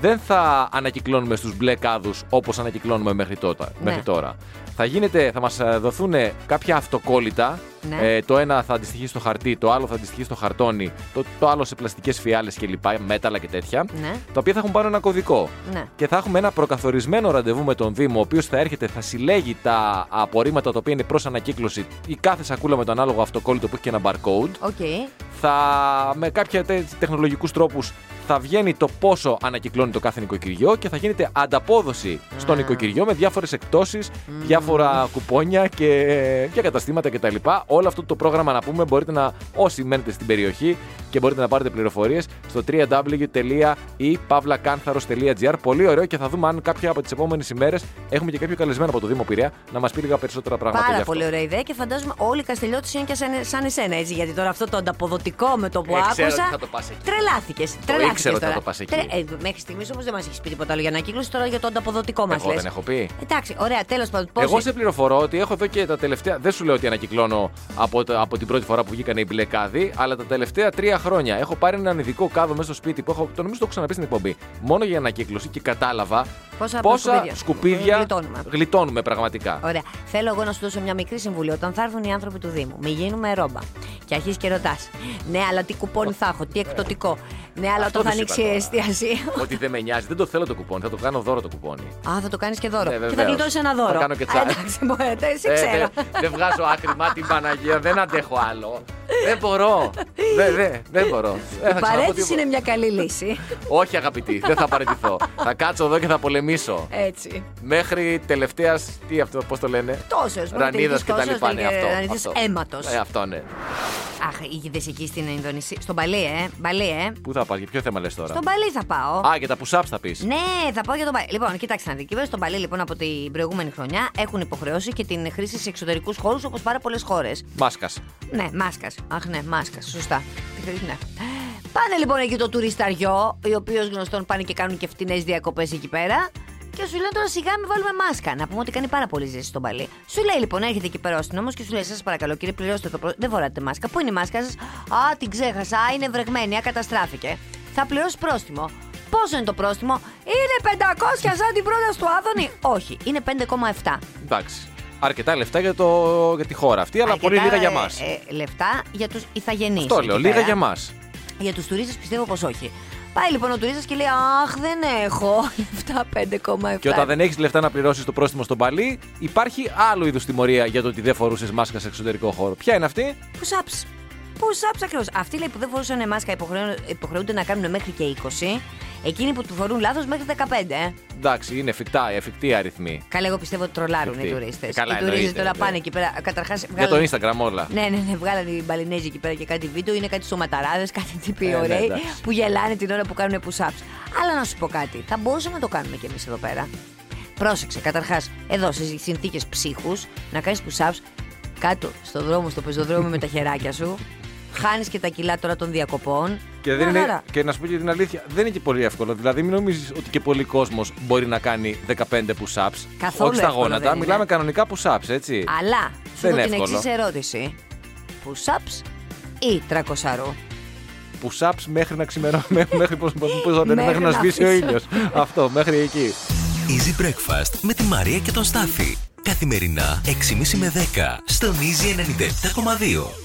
Speaker 2: δεν θα ανακυκλώνουμε στους μπλε κάδους όπως ανακυκλώνουμε μέχρι, τότε,
Speaker 3: Ναι.
Speaker 2: μέχρι τώρα. Θα, γίνεται, θα μας ε, δοθούν κάποια αυτοκόλλητα,
Speaker 3: Ναι.
Speaker 2: ε, το ένα θα αντιστοιχεί στο χαρτί, το άλλο θα αντιστοιχεί στο χαρτόνι, το, το άλλο σε πλαστικές φιάλες και λοιπά, μέταλλα και τέτοια,
Speaker 3: Ναι.
Speaker 2: τα οποία θα έχουν πάνω ένα κωδικό.
Speaker 3: Ναι.
Speaker 2: Και θα έχουμε ένα προκαθορισμένο ραντεβού με τον Δήμο, ο οποίος θα έρχεται, θα συλλέγει τα απορρίμματα τα οποία είναι προς ανακύκλωση ή κάθε σακούλα με το ανάλογο αυτοκόλλητο που έχει και ένα barcode.
Speaker 3: Οκ.
Speaker 2: Θα, με κάποια τεχνολογικούς τρόπους θα βγαίνει το πόσο ανακυκλώνει το κάθε νοικοκυριό και θα γίνεται ανταπόδοση στο νοικοκυριό με διάφορες εκτόσει, διάφορα κουπόνια και για καταστήματα κτλ. Όλο αυτό το πρόγραμμα να πούμε μπορείτε να, όσοι μένετε στην περιοχή και μπορείτε να πάρετε πληροφορίες στο www.ipavlakantharo.gr. Πολύ ωραίο και θα δούμε αν κάποια από τις επόμενες ημέρες έχουμε και κάποιο καλεσμένο από το Δήμο Πειραιά να μας πει λίγα περισσότερα πράγματα.
Speaker 3: Πάρα
Speaker 2: γι' αυτό.
Speaker 3: πολύ ωραία ιδέα και φαντάζομαι όλοι οι Καστελιώτες είναι και σαν, σαν εσένα, έτσι. Γιατί τώρα αυτό το ανταποδοτικό με το που
Speaker 2: Ε, ξέρω
Speaker 3: άκουσα.
Speaker 2: ότι θα το πας εκεί.
Speaker 3: Τρελάθηκες.
Speaker 2: ήξερα ότι θα το πας εκεί.
Speaker 3: ε, μέχρι στιγμής όμως δεν μας έχεις πει τίποτα άλλο για ανακύκλωση. Τώρα για το ανταποδοτικό μας
Speaker 2: Εγώ
Speaker 3: λες.
Speaker 2: δεν έχω πει.
Speaker 3: Εντάξει, ωραία, τέλος πάντων. Πώς
Speaker 2: Εγώ σε πληροφορώ ότι έχω εδώ και τα τελευταία. Δεν σου λέω ότι ανακυκλώνω από, το- από την πρώτη φορά που βγήκαν οι μπλε κάδοι, αλλά τα τελευταία τρία χρόνια έχω πάρει έναν ειδικό κάδο μέσα στο σπίτι που έχω. Το νομίζω το έχω ξαναπεί στην εκπομπή. Μόνο για ανακύκλωση και κατάλαβα
Speaker 3: Πόσα σκουπίδια.
Speaker 2: πόσα σκουπίδια
Speaker 3: Γλιτώνουμε.
Speaker 2: γλιτώνουμε πραγματικά.
Speaker 3: Ωραία. Θέλω εγώ να σου δώσω μια μικρή συμβουλή. Όταν θα έρθουν οι άνθρωποι του Δήμου, μη γίνουμε ρόμπα. Και αρχίζεις και ρωτάς. Ναι, αλλά τι κουπόνι θα έχω, τι εκτοτικό. Ναι, αλλά
Speaker 2: Αυτό
Speaker 3: όταν θα
Speaker 2: δεν
Speaker 3: ανοίξει
Speaker 2: είπα τώρα.
Speaker 3: εστιασία.
Speaker 2: Ότι δεν με νοιάζει, δεν το θέλω το κουπόνι, θα το κάνω δώρο το κουπόνι.
Speaker 3: Α, θα το κάνεις και δώρο.
Speaker 2: Ναι,
Speaker 3: και θα
Speaker 2: βεβαίως.
Speaker 3: γλιτώσεις ένα δώρο.
Speaker 2: Θα κάνω και
Speaker 3: Α,
Speaker 2: τσάκ.
Speaker 3: Εντάξει, μπορείτε, εσύ
Speaker 2: Ε,
Speaker 3: ξέρω.
Speaker 2: δεν- δεν βγάζω άκρη, μα την Παναγία, δεν αντέχω άλλο. Δεν μπορώ. Δεν, δεν, δεν μπορώ. Ε,
Speaker 3: Η
Speaker 2: θα ξαναπώ
Speaker 3: παρέτηση
Speaker 2: τίποτα.
Speaker 3: είναι μια καλή λύση.
Speaker 2: Όχι αγαπητή, δεν θα παραιτηθώ. θα κάτσω εδώ και θα πολεμήσω.
Speaker 3: Έτσι.
Speaker 2: Μέχρι τελευταίας. Τι αυτό, πώς το λένε.
Speaker 3: Τόσος, μπορεί να
Speaker 2: Ρανίδα
Speaker 3: τυλιγείς
Speaker 2: και τα
Speaker 3: τόσος,
Speaker 2: λοιπά. Ναι,
Speaker 3: τυλιγείς
Speaker 2: αυτό.
Speaker 3: ρανίδες
Speaker 2: αυτό.
Speaker 3: αίματος.
Speaker 2: Ε, αυτό ναι.
Speaker 3: Αχ, η εκεί στην Ινδονησία. Στον Παλί, ε. Μπαλί, ε.
Speaker 2: Πού θα πα, για ποιο θέμα λες τώρα.
Speaker 3: Στον Παλί θα πάω.
Speaker 2: Α, για τα push-ups θα πεις.
Speaker 3: Ναι, θα πάω για τον Παλί. Λοιπόν, κοίταξε να δει. Κυβέρνηση στον Παλί, λοιπόν, από την προηγούμενη χρονιά έχουν υποχρεώσει και την χρήση σε εξωτερικούς χώρους όπως πάρα πολλές χώρες.
Speaker 2: Μάσκας.
Speaker 3: Ναι, μάσκας. Αχ, ναι, μάσκας. Σωστά. Ναι. Πάνε λοιπόν εκεί το τουρισταριό, οι οποίοι ως γνωστόν πάνε και κάνουν και φτηνές διακοπές εκεί πέρα. Και σου λένε τώρα σιγά μην βάλουμε μάσκα. Να πούμε ότι κάνει πάρα πολύ ζέστη στον παλί. Σου λέει λοιπόν, έρχεται εκεί πέρα ο αστυνόμο και σου λέει: Σας παρακαλώ, κύριε, πληρώστε το πρόστιμο. Δεν φοράτε μάσκα. Πού είναι η μάσκα σας? Α, την ξέχασα. Α, είναι βρεγμένη. Α, καταστράφηκε. Θα πληρώσει πρόστιμο. Πόσο είναι το πρόστιμο? Είναι 500 σαν την πρόταση του Άδωνη. Όχι, είναι 5,7.
Speaker 2: Εντάξει. Αρκετά λεφτά για, το, για τη χώρα αυτή, αλλά
Speaker 3: Αρκετά,
Speaker 2: πολύ λίγα για
Speaker 3: ε,
Speaker 2: μας.
Speaker 3: ε, λεφτά για τους ηθαγενείς.
Speaker 2: Το λέω, λίγα για μας.
Speaker 3: Για τους τουρίστες πιστεύω πως όχι. Πάει λοιπόν ο τουρίστας και λέει: Αχ, δεν έχω λεφτά 5,7.
Speaker 2: Και όταν δεν έχεις λεφτά να πληρώσεις το πρόστιμο στον παλί, υπάρχει άλλου είδου τιμωρία για το ότι δεν φορούσες μάσκα σε εξωτερικό χώρο. Ποια είναι αυτή,
Speaker 3: Πού σάψ. Πού σάψ ακριβώ. Αυτοί λέει που δεν φορούσαν μάσκα υποχρεώ- υποχρεούνται να κάνουν μέχρι και 20. Εκείνοι που του φορούν λάθος μέχρι 15. Ε.
Speaker 2: Εντάξει, είναι εφικτά, εφικτοί αριθμοί.
Speaker 3: Καλά, εγώ πιστεύω ότι τρολάρουν οι
Speaker 2: Φιχτή.
Speaker 3: τουρίστε.
Speaker 2: Ε, καλά,
Speaker 3: Οι τουρίστες
Speaker 2: εννοείται,
Speaker 3: τώρα
Speaker 2: ναι.
Speaker 3: πάνε εκεί πέρα. Καταρχάς.
Speaker 2: Για το Instagram όλα.
Speaker 3: Ναι, ναι, ναι, βγάλανε οι Μπαλινέζοι εκεί πέρα και κάτι βίντεο. Είναι κάτι σωματαράδες, κάτι τύποι
Speaker 2: Ε, ναι,
Speaker 3: ωραίοι
Speaker 2: εντάξει.
Speaker 3: που γελάνε την ώρα που κάνουν push-ups. Αλλά να σου πω κάτι, θα μπορούσαμε να το κάνουμε κι εμείς εδώ πέρα. Πρόσεξε, καταρχάς, εδώ σε συνθήκες ψύχους να κάνεις push-ups κάτω στο δρόμο, στο πεζοδρόμιο με τα χεράκια σου. Χάνεις και τα κιλά τώρα των διακοπών.
Speaker 2: Και, δεν
Speaker 3: Μια
Speaker 2: είναι,
Speaker 3: χαρά.
Speaker 2: και να σου πω και την αλήθεια, δεν είναι και πολύ εύκολο. Δηλαδή, μην νομίζεις ότι και πολλοί κόσμος μπορεί να κάνει 15 push-ups.
Speaker 3: Καθόλου
Speaker 2: Όχι στα
Speaker 3: εύκολο δεν
Speaker 2: γόνατα,
Speaker 3: είναι.
Speaker 2: μιλάμε κανονικά push-ups, έτσι.
Speaker 3: Αλλά σου
Speaker 2: Δεν
Speaker 3: έχω την
Speaker 2: είναι εύκολο.
Speaker 3: εξής ερώτηση. Push-ups ή τρακοσαρού.
Speaker 2: Push-ups μέχρι να ξημερώνουμε, μέχρι, πώς, πώς, πώς, το λένε,
Speaker 3: Μέχρι
Speaker 2: μέχρι να
Speaker 3: να
Speaker 2: σβήσει ο
Speaker 3: αφήσω.
Speaker 2: ήλιος. Αυτό, μέχρι εκεί.
Speaker 1: Easy Breakfast με τη Μαρία και τον Στάφη. Καθημερινά 6.30 με 10 στον Easy 97.2.